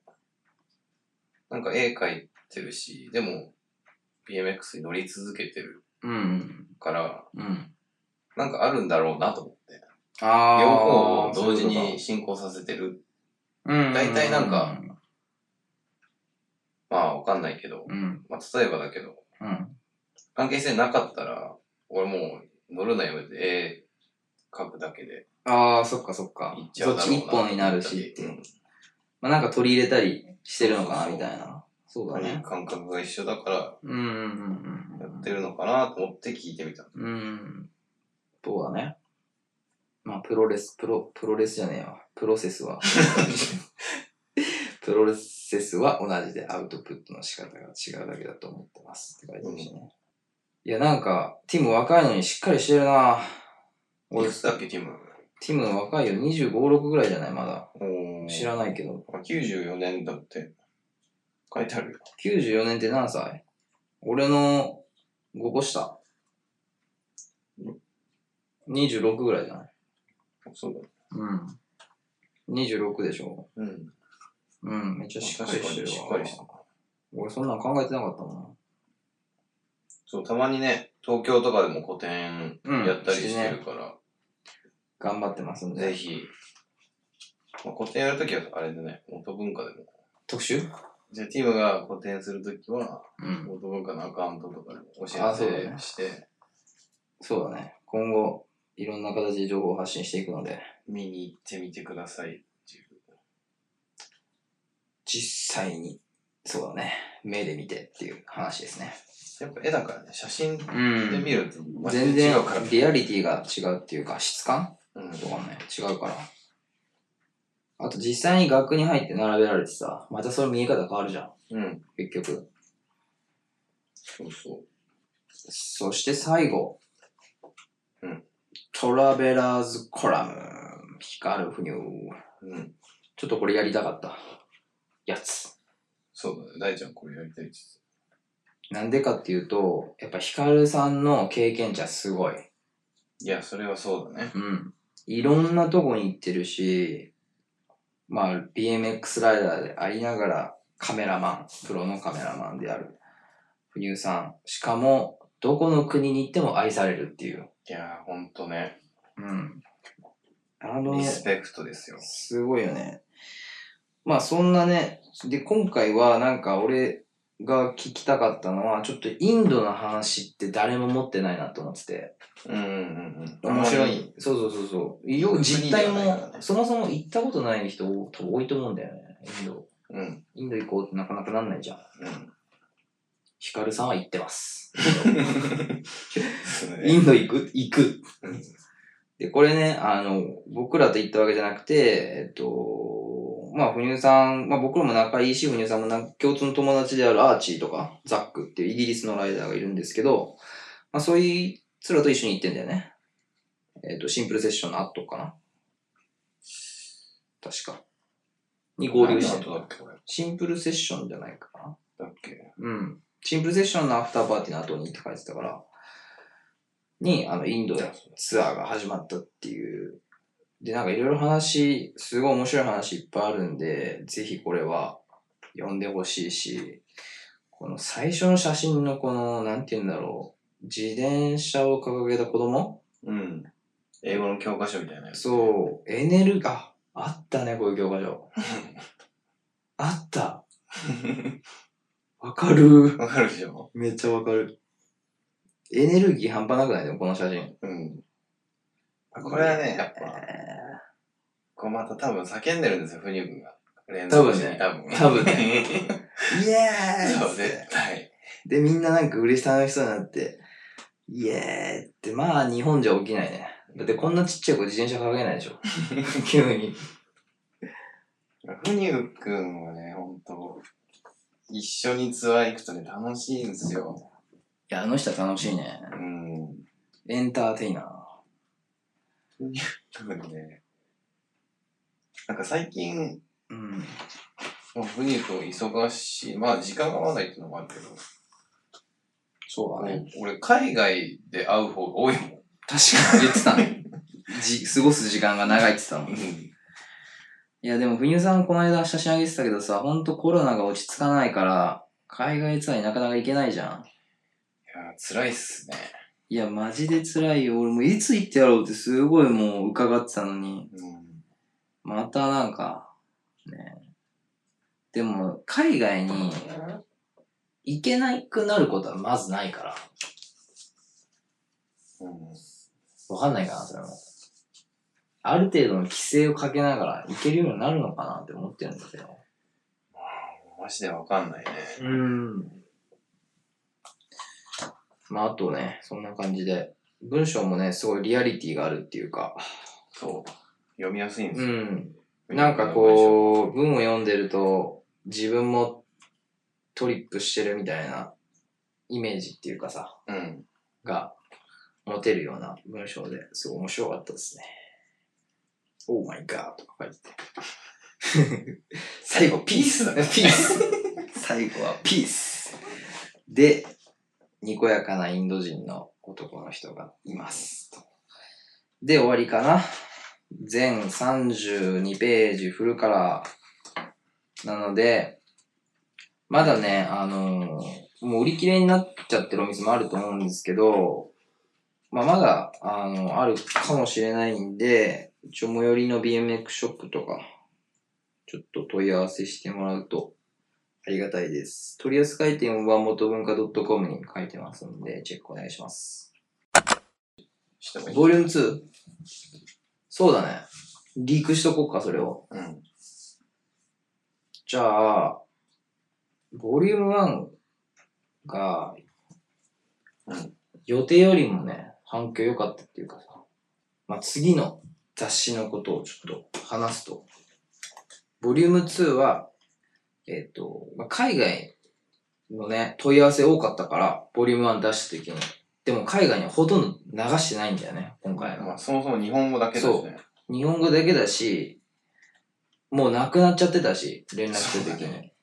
Speaker 3: なんか絵描いてるし、でも BMX に乗り続けてる
Speaker 2: うん、
Speaker 3: から、
Speaker 2: うん。うん。
Speaker 3: なんかあるんだろうなと思って。
Speaker 2: あ
Speaker 3: 両方を
Speaker 2: そう
Speaker 3: 同
Speaker 2: いう
Speaker 3: 時
Speaker 2: こと
Speaker 3: に進行させてる。
Speaker 2: うん
Speaker 3: 大体なんか、まあわかんないけど、
Speaker 2: うん、
Speaker 3: まあ例えばだけど、
Speaker 2: うん。
Speaker 3: 関係性なかったら、俺もう乗るのやめて絵描くだけで
Speaker 2: ああ、そっかそっか
Speaker 3: いっ。ちゃ
Speaker 2: そうっ
Speaker 3: だろう
Speaker 2: ち
Speaker 3: な
Speaker 2: 一本になるしっていうう。
Speaker 3: ん
Speaker 2: まあなんか取り入れたりしてるのかな、
Speaker 3: そうそ
Speaker 2: み
Speaker 3: うそう
Speaker 2: たいな。そう
Speaker 3: そう
Speaker 2: だ
Speaker 3: いう
Speaker 2: ね。
Speaker 3: 感覚が一緒だから、
Speaker 2: うんうんうんう
Speaker 3: や
Speaker 2: ん
Speaker 3: ってるのかなと思って聞いてみた。
Speaker 2: うん。うん。そうだね。まあプロレス、プロ、プロレスじゃねえわ。プロセスは。プロセスは同じでアウトプットの仕方が違うだけだと思ってます。って書いてるしね。いやなんか、ティム若いのにしっかりしてるな
Speaker 3: 俺
Speaker 2: 俺、
Speaker 3: つだっけ、ティム。
Speaker 2: ティム若いよ。25、6ぐらいじゃないまだ。
Speaker 3: おー
Speaker 2: 知らないけど。
Speaker 3: あ94年だって書いてあるよ。
Speaker 2: 94年って何歳俺の5個下。26ぐらいじゃない
Speaker 3: そうだ。
Speaker 2: うん。26でしょ
Speaker 3: うん。
Speaker 2: うん、めっちゃしっかりしてるわ。
Speaker 3: しっかりしてる
Speaker 2: 俺そんなん考えてなかったも
Speaker 3: そう、たまにね、東京とかでも個展
Speaker 2: んな。うん。
Speaker 3: やったりして
Speaker 2: ね
Speaker 3: る。から、
Speaker 2: 頑張ってますんで。
Speaker 3: ぜひ、まあ、個展やるときはあれでね、元文化でも。
Speaker 2: 特集
Speaker 3: じゃあ、ティムが個展するときは、
Speaker 2: うん。
Speaker 3: 元文化のアカウントとかでお知
Speaker 2: あ
Speaker 3: ら
Speaker 2: そうだ
Speaker 3: せ
Speaker 2: ね
Speaker 3: して、
Speaker 2: そうだね。今後、いろんな形で情報を発信していくので、
Speaker 3: 見に行ってみてくださいっていう。
Speaker 2: 実際に、そうだね。目で見てっていう話ですね。
Speaker 3: やっぱ絵だからね、写真で
Speaker 2: う
Speaker 3: 見
Speaker 2: ん。
Speaker 3: ると
Speaker 2: 全然
Speaker 3: 違うから。
Speaker 2: リアリティが違うっていうか、質感
Speaker 3: うん。
Speaker 2: とかね、違うから。あと実際に学区に入って並べられてさ、またそれ見え方変わるじゃん、
Speaker 3: うん。
Speaker 2: 結局。
Speaker 3: そうそ
Speaker 2: そして最後。
Speaker 3: うん。
Speaker 2: トラベラーズコラム。光るふにゅ
Speaker 3: う。うん。
Speaker 2: ちょっとこれやりたかった。やつ。
Speaker 3: そうだね。大ちゃんこれやりたいっつ
Speaker 2: なんでかっていうと、やっぱ光さんの経験者すごい。
Speaker 3: いや、それはそうだね。
Speaker 2: うん。いろんなとこに行ってるし、まあ、BMX ライダーでありながらカメラマン、プロのカメラマンである、ふにゅうさん。しかも、どこの国に行っても愛されるっていう。
Speaker 3: いやー、ほんとね。
Speaker 2: うん。あの
Speaker 3: リ、スペクトですよ。
Speaker 2: すごいよね。まあ、そんなね、で、今回はなんか俺が聞きたかったのは、ちょっとインドの話って誰も持ってないなと思ってて。
Speaker 3: うんうんうん。
Speaker 2: 面白。い。そうそうそうそう。よう実態
Speaker 3: 国ではないか
Speaker 2: も
Speaker 3: ら、ね
Speaker 2: そもそも行ったことない人多多いと思うんだよね。インド。
Speaker 3: うん。
Speaker 2: インド行こうってなかなかなんないじゃん。
Speaker 3: うん。
Speaker 2: ヒカルさんは行ってます。
Speaker 3: そう
Speaker 2: イ
Speaker 3: ね
Speaker 2: ンド行く行く
Speaker 3: うん。
Speaker 2: で、これね、あの、僕らと行ったわけじゃなくて、えっと、まあ、ふにゅうさん、まあ僕らも仲いいし、ふにゅうさんもな共通の友達であるアーチーとか、ザックっていうイギリスのライダーがいるんですけど、まあそういうつらと一緒に行ってんだよね。えっと、シンプルセッションの後かな。確か。に合流して
Speaker 3: 何
Speaker 2: る
Speaker 3: の後だっけこれ
Speaker 2: シンプルセッションじゃないかな。
Speaker 3: だっけ
Speaker 2: うん。シンプルセッションのアフターパーティーの後にって書いてたから、に、あの、インドでツアーが始まったっていう。で、なんかいろいろ話、すごい面白い話いっぱいあるんで、ぜひこれは読んでほしいし、この最初の写真のこの、なんて言うんだろう、自転車を掲げた子供
Speaker 3: うん。英語の教科書みたいなやつ。
Speaker 2: そう、エネルギー、あ、あったね、こういう教科書。あった。わかる。
Speaker 3: わかるでしょ
Speaker 2: めっちゃわかる。エネルギー半端なくないね、この写真。
Speaker 3: うん。これはね、やっぱ、こうまた多分叫んでるんですよ、ふにゅくんが。連続して多分。
Speaker 2: 多 分ね。イエーイ
Speaker 3: そう、
Speaker 2: っつって
Speaker 3: 絶対。
Speaker 2: で、みんななんか嬉し楽しそうになって、イエーイって、まあ日本じゃ起きないね。だってこんなちっちゃい子自転車掲げないでし ょ。急に。
Speaker 3: ふにゅくんはね、ほんと、一緒にツアー行くとね、楽しいんですよ。
Speaker 2: いや、あの人は楽しいね。
Speaker 3: うん。
Speaker 2: エンターテイナー。
Speaker 3: 多分ね、なんか最近、
Speaker 2: うん。
Speaker 3: まあふにゅくん忙しい。まあ、時間が合わないっていうのもあるけど、
Speaker 2: そうだね。
Speaker 3: 俺、海外で会う方が多いもん。
Speaker 2: 確かに言ってたね。 じ、過ごす時間が長いって言ってたもん。いや、でも、冬さんこの間写真あげてたけどさ、ほんとコロナが落ち着かないから、海外ツアーになかなか行けないじゃん。
Speaker 3: いやー、辛いっすね。
Speaker 2: いや、マジで辛いよ。俺もいつ行ってやろうってすごいもう伺ってたのに。
Speaker 3: うん。
Speaker 2: またなんか、ね。でも、海外に行けなくなることはまずないから。
Speaker 3: うん。
Speaker 2: わかんないかな、それも。ある程度の規制をかけながら行けるようになるのかなって思ってるんだけど。
Speaker 3: マジでわかんないね。
Speaker 2: うん。まあ、あとね、そんな感じで。文章もね、すごいリアリティがあるっていうか。
Speaker 3: そう。読みやすいんです
Speaker 2: う
Speaker 3: よ。
Speaker 2: ん。なんかこう、文を読んでると、自分もトリップしてるみたいなイメージっていうかさ、
Speaker 3: う。うん。
Speaker 2: が持てるような文章ですごい面白かったですね。オーマイガーとか書いてて。 最後、ピースだね、ピース。最後はピース。で、にこやかなインド人の男の人がいますと。で、終わりかな。全32ページフルカラー。なので、まだね、あのーもう売り切れになっちゃってるお店もあると思うんですけど、まあ、まだ、あの、あるかもしれないんで、一応最寄りの BMX ショップとか、ちょっと問い合わせしてもらうとありがたいです。取扱店は元文化 .com に書いてますんで、チェックお願いします。
Speaker 3: してもいい
Speaker 2: ボリューム 2? そうだね。リークしとこうか、それを。
Speaker 3: うん。
Speaker 2: じゃあ、ボリューム1が
Speaker 3: うん、
Speaker 2: 予定よりもね、反響良かったっていうかさ、まあ、次の雑誌のことをちょっと話すと、ボリューム2は、えっ、と、まあ、海外のね、問い合わせ多かったから、ボリューム1出した時に、でも海外にはほとんど流してないんだよね、今回は
Speaker 3: まあ、。そもそも日本語だけだしね。
Speaker 2: 日本語だけだし、もうなくなっちゃってたし、連絡した時
Speaker 3: そうだ
Speaker 2: に。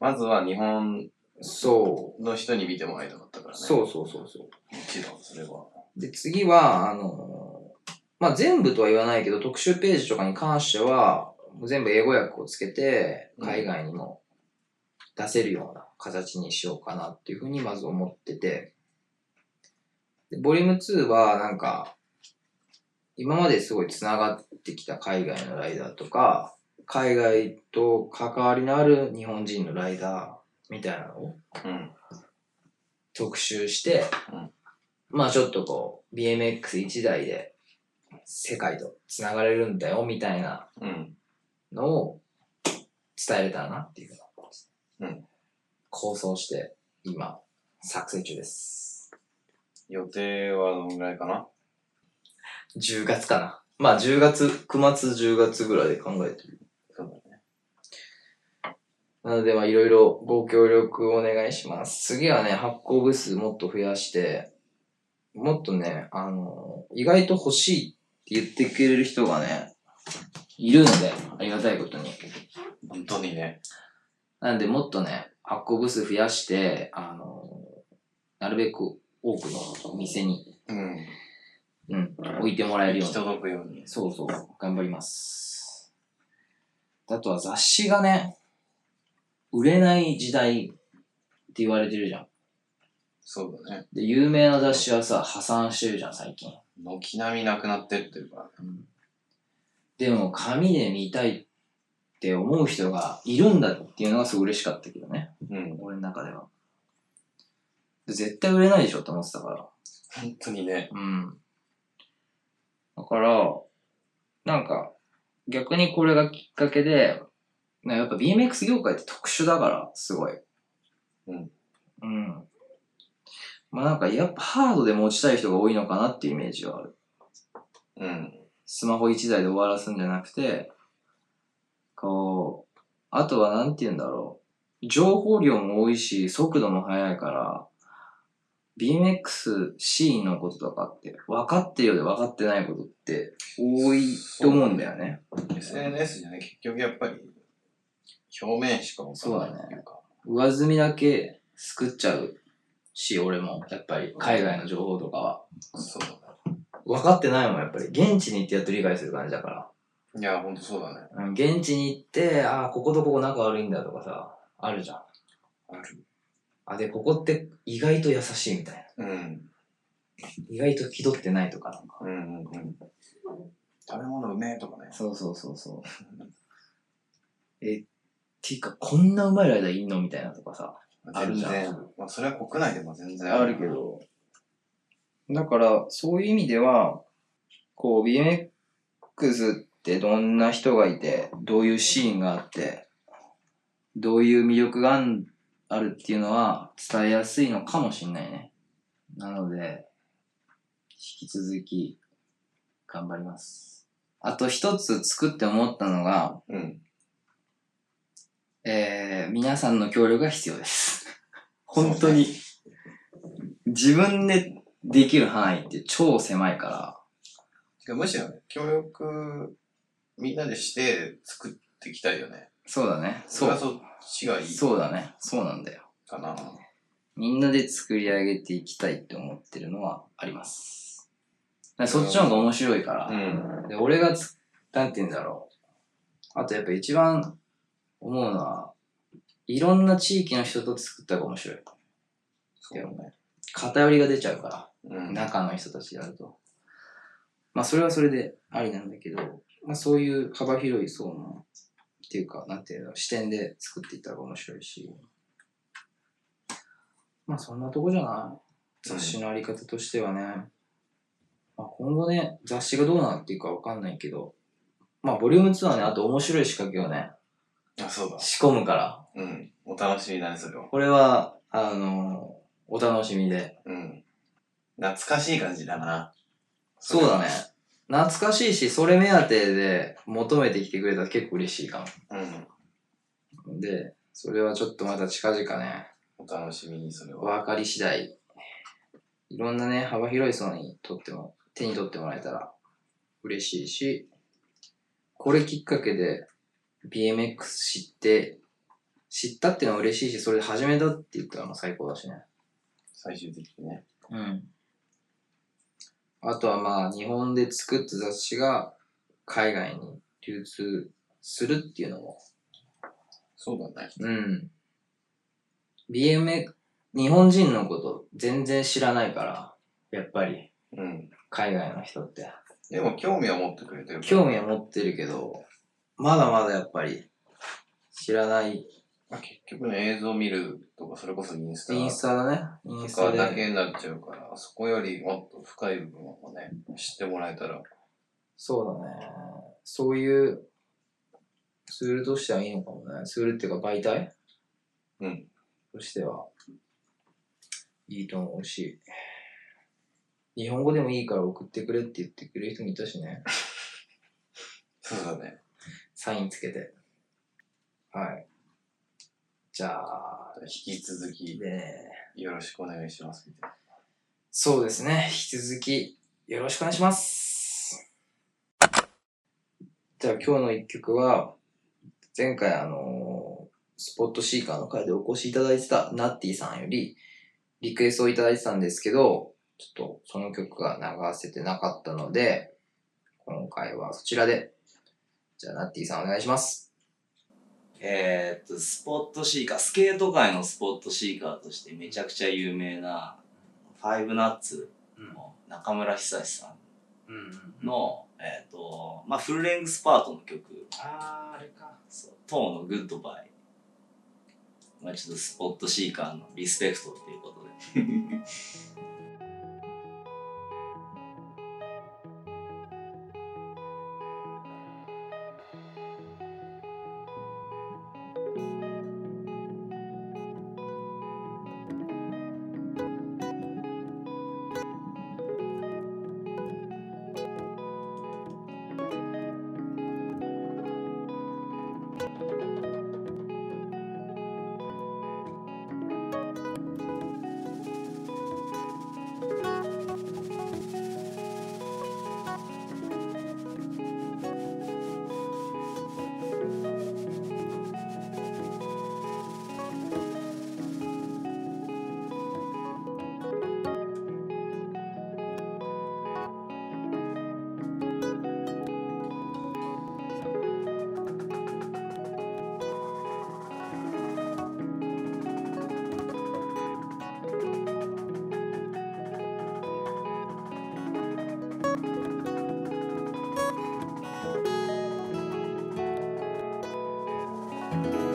Speaker 3: まずは日本
Speaker 2: そ
Speaker 3: の人に見てもらいたかったか
Speaker 2: う。
Speaker 3: らね。
Speaker 2: そうそうそうそ
Speaker 3: もちろん、それは。
Speaker 2: う。で、次は、あのーまあ、全部とは言わないけど、特集ページとかに関しては、もう全部英語訳をつけて、
Speaker 3: うん
Speaker 2: 海外にも出せるような形にしようかなっていうふうにまず思ってて、でボリューム2は、なんか、今まですごい繋がってきた海外のライダーとか、海外と関わりのある日本人のライダーみたいなのを
Speaker 3: うん。
Speaker 2: 特集して、
Speaker 3: うん
Speaker 2: まあちょっとこう BMX1 台で世界とつながれるんだよみたいな
Speaker 3: うん。
Speaker 2: のを伝えれたらなっていうふうな、
Speaker 3: うん
Speaker 2: 構想して今作成中です
Speaker 3: 予定はどのぐらいかな
Speaker 2: 10月かなまあ10月9月10月ぐらいで考えてる
Speaker 3: そうだね。
Speaker 2: なのでまあいろいろご協力をお願いします次はね発行部数もっと増やしてもっとねあの意外と欲しいって言ってくれる人がねいるのでありがたいことに
Speaker 3: 本当にね。
Speaker 2: なんで、もっとね、発行部数増やして、あの、なるべく多くのお店に、
Speaker 3: うん。
Speaker 2: うん、置いてもらえるよ
Speaker 3: 行
Speaker 2: う
Speaker 3: き
Speaker 2: に。
Speaker 3: 届くように。
Speaker 2: そうそう、頑張ります。あとは雑誌がね、売れない時代って言われてるじゃん。
Speaker 3: そうだね。
Speaker 2: で、有名な雑誌はさ、破産してるじゃん、最近。
Speaker 3: 軒並みなくなってってるから。
Speaker 2: うんでも、紙で見たいって思う人がいるんだっていうのがすごい嬉しかったけどね。
Speaker 3: うん。
Speaker 2: 俺の中では。で絶対売れないでしょって思ってたから。
Speaker 3: 本当にね。
Speaker 2: うん。だから、なんか、逆にこれがきっかけで、なやっぱ BMX 業界って特殊だから、すごい。
Speaker 3: うん。
Speaker 2: うん。まあなんか、やっぱハードで持ちたい人が多いのかなっていうイメージはある。
Speaker 3: うん。
Speaker 2: スマホ一台で終わらすんじゃなくて、こう、あとはなんて言うんだろう。情報量も多いし、速度も速いから、BMX シーンのこととかって、分かってるようで分かってないことって多いと思うんだよね。
Speaker 3: SNS じゃね、結局やっぱり、表面しかわからないっていうか。
Speaker 2: 上積みだけ作っちゃうし、俺も、やっぱり海外の情報とかは。
Speaker 3: そうだね。
Speaker 2: 分かってないもん、やっぱり。現地に行ってやっと理解する感じだから。
Speaker 3: いや、ほんとそうだね。
Speaker 2: うん現地に行って、ああ、こことここ仲悪いんだとかさ、あるじゃん。
Speaker 3: ある。
Speaker 2: あ、で、ここって意外と優しいみたいな。
Speaker 3: うん。
Speaker 2: 意外と気取ってないとかなんか。
Speaker 3: うんうんうん。食べ物うめえとかね。
Speaker 2: そうそうそうそう。え、っていうか、こんなうまいライダーいんのみたいなとかさ。ある
Speaker 3: 全
Speaker 2: じゃん
Speaker 3: 然。まあ、それは国内でも全然
Speaker 2: あるけ。ど。だから、そういう意味では、こう、BMX ってどんな人がいて、どういうシーンがあって、どういう魅力があんあるっていうのは伝えやすいのかもしんないね。なので、引き続き頑張ります。あと一つ作って思ったのが、
Speaker 3: うん。
Speaker 2: えー、皆さんの協力が必要です。 本当に。自分でできる範囲って超狭いから。
Speaker 3: てかむしろね、協力、みんなでして作っていきたいよね。
Speaker 2: そうだね。
Speaker 3: そ
Speaker 2: そ
Speaker 3: れは
Speaker 2: う。
Speaker 3: そっちがいい
Speaker 2: そうだね。そうなんだよ。
Speaker 3: かな。
Speaker 2: みんなで作り上げていきたいって思ってるのはあります。だからそっちの方が面白いから。
Speaker 3: ん。
Speaker 2: で、俺がつ、なんて言うんだろう。あとやっぱ一番思うのは、いろんな地域の人と作った方が面白い。
Speaker 3: そうだね。
Speaker 2: 偏りが出ちゃうから。
Speaker 3: うん。
Speaker 2: 中の人たちであると。まあ、それはそれでありなんだけど、まあ、そういう幅広い層の、っていうか、なんていうの、視点で作っていった方が面白いし。まあ、そんなとこじゃない雑誌のあり方としてはね。まあ、今後ね、雑誌がどうなっていくかわかんないけど、まあ、ボリューム2はね、あと面白い仕掛けをね、
Speaker 3: あ、そうだ。
Speaker 2: 仕込むから。
Speaker 3: うん。お楽しみだね、それは。
Speaker 2: これは、あのお楽しみで。
Speaker 3: うん。懐かしい感じだな。
Speaker 2: そうだね。 懐かしいし、それ目当てで求めてきてくれたら結構嬉しいか
Speaker 3: うん。
Speaker 2: も。で、それはちょっとまた近々ね、
Speaker 3: お楽しみに、それ
Speaker 2: お
Speaker 3: は。
Speaker 2: 分かり次第、いろんなね、幅広い層にとっても、手に取ってもらえたら嬉しいし、これきっかけで BMX 知って、知ったっていうのは嬉しいし、それで始めたって言ったらもう最高だしね。
Speaker 3: 最終的にね。
Speaker 2: うん。あとはまあ、日本で作った雑誌が海外に流通するっていうのも。
Speaker 3: そうだね。
Speaker 2: うん。BMX、日本人のこと全然知らないから、やっぱり、
Speaker 3: うん。
Speaker 2: 海外の人って。
Speaker 3: でも、興味を持ってくれてるから。
Speaker 2: 興味は持ってるけど、まだまだやっぱり、知らない。
Speaker 3: まあ、結局ね、映像見るとか、それこそインスタ
Speaker 2: インスタだね。インス
Speaker 3: とか
Speaker 2: タ
Speaker 3: だ
Speaker 2: で。
Speaker 3: けになっちゃうから、そこよりもっと深い部分をね、知ってもらえたら。
Speaker 2: そうだね。そういうツールとしてはいいのかもね。ツールっていうか媒体
Speaker 3: うん。
Speaker 2: としては、いいと思うし、日本語でもいいから送ってくれって言ってくれる人もいたしね、
Speaker 3: そうだね。
Speaker 2: サインつけて。はい。じゃあ、
Speaker 3: 引き続き、
Speaker 2: で、
Speaker 3: よろしくお願いします。みたいな
Speaker 2: そうですね、引き続きよろしくお願いします。じゃあ今日の一曲は、前回あのスポットシーカーの会でお越しいただいてたナッティさんよりリクエストをいただいてたんですけど、ちょっとその曲が流せてなかったので、今回はそちらで。じゃあナッティさんお願いします。
Speaker 4: えーっと、スポットシーカー、スケート界のスポットシーカーとしてめちゃくちゃ有名な、ファイブナッツの中村久志さんの、えーっと、まあ、フルレングスパートの曲、
Speaker 2: あー、あれか。
Speaker 4: そうトーのグッドバイ。まあ、ちょっとスポットシーカーのリスペクトっていうことで。
Speaker 5: 「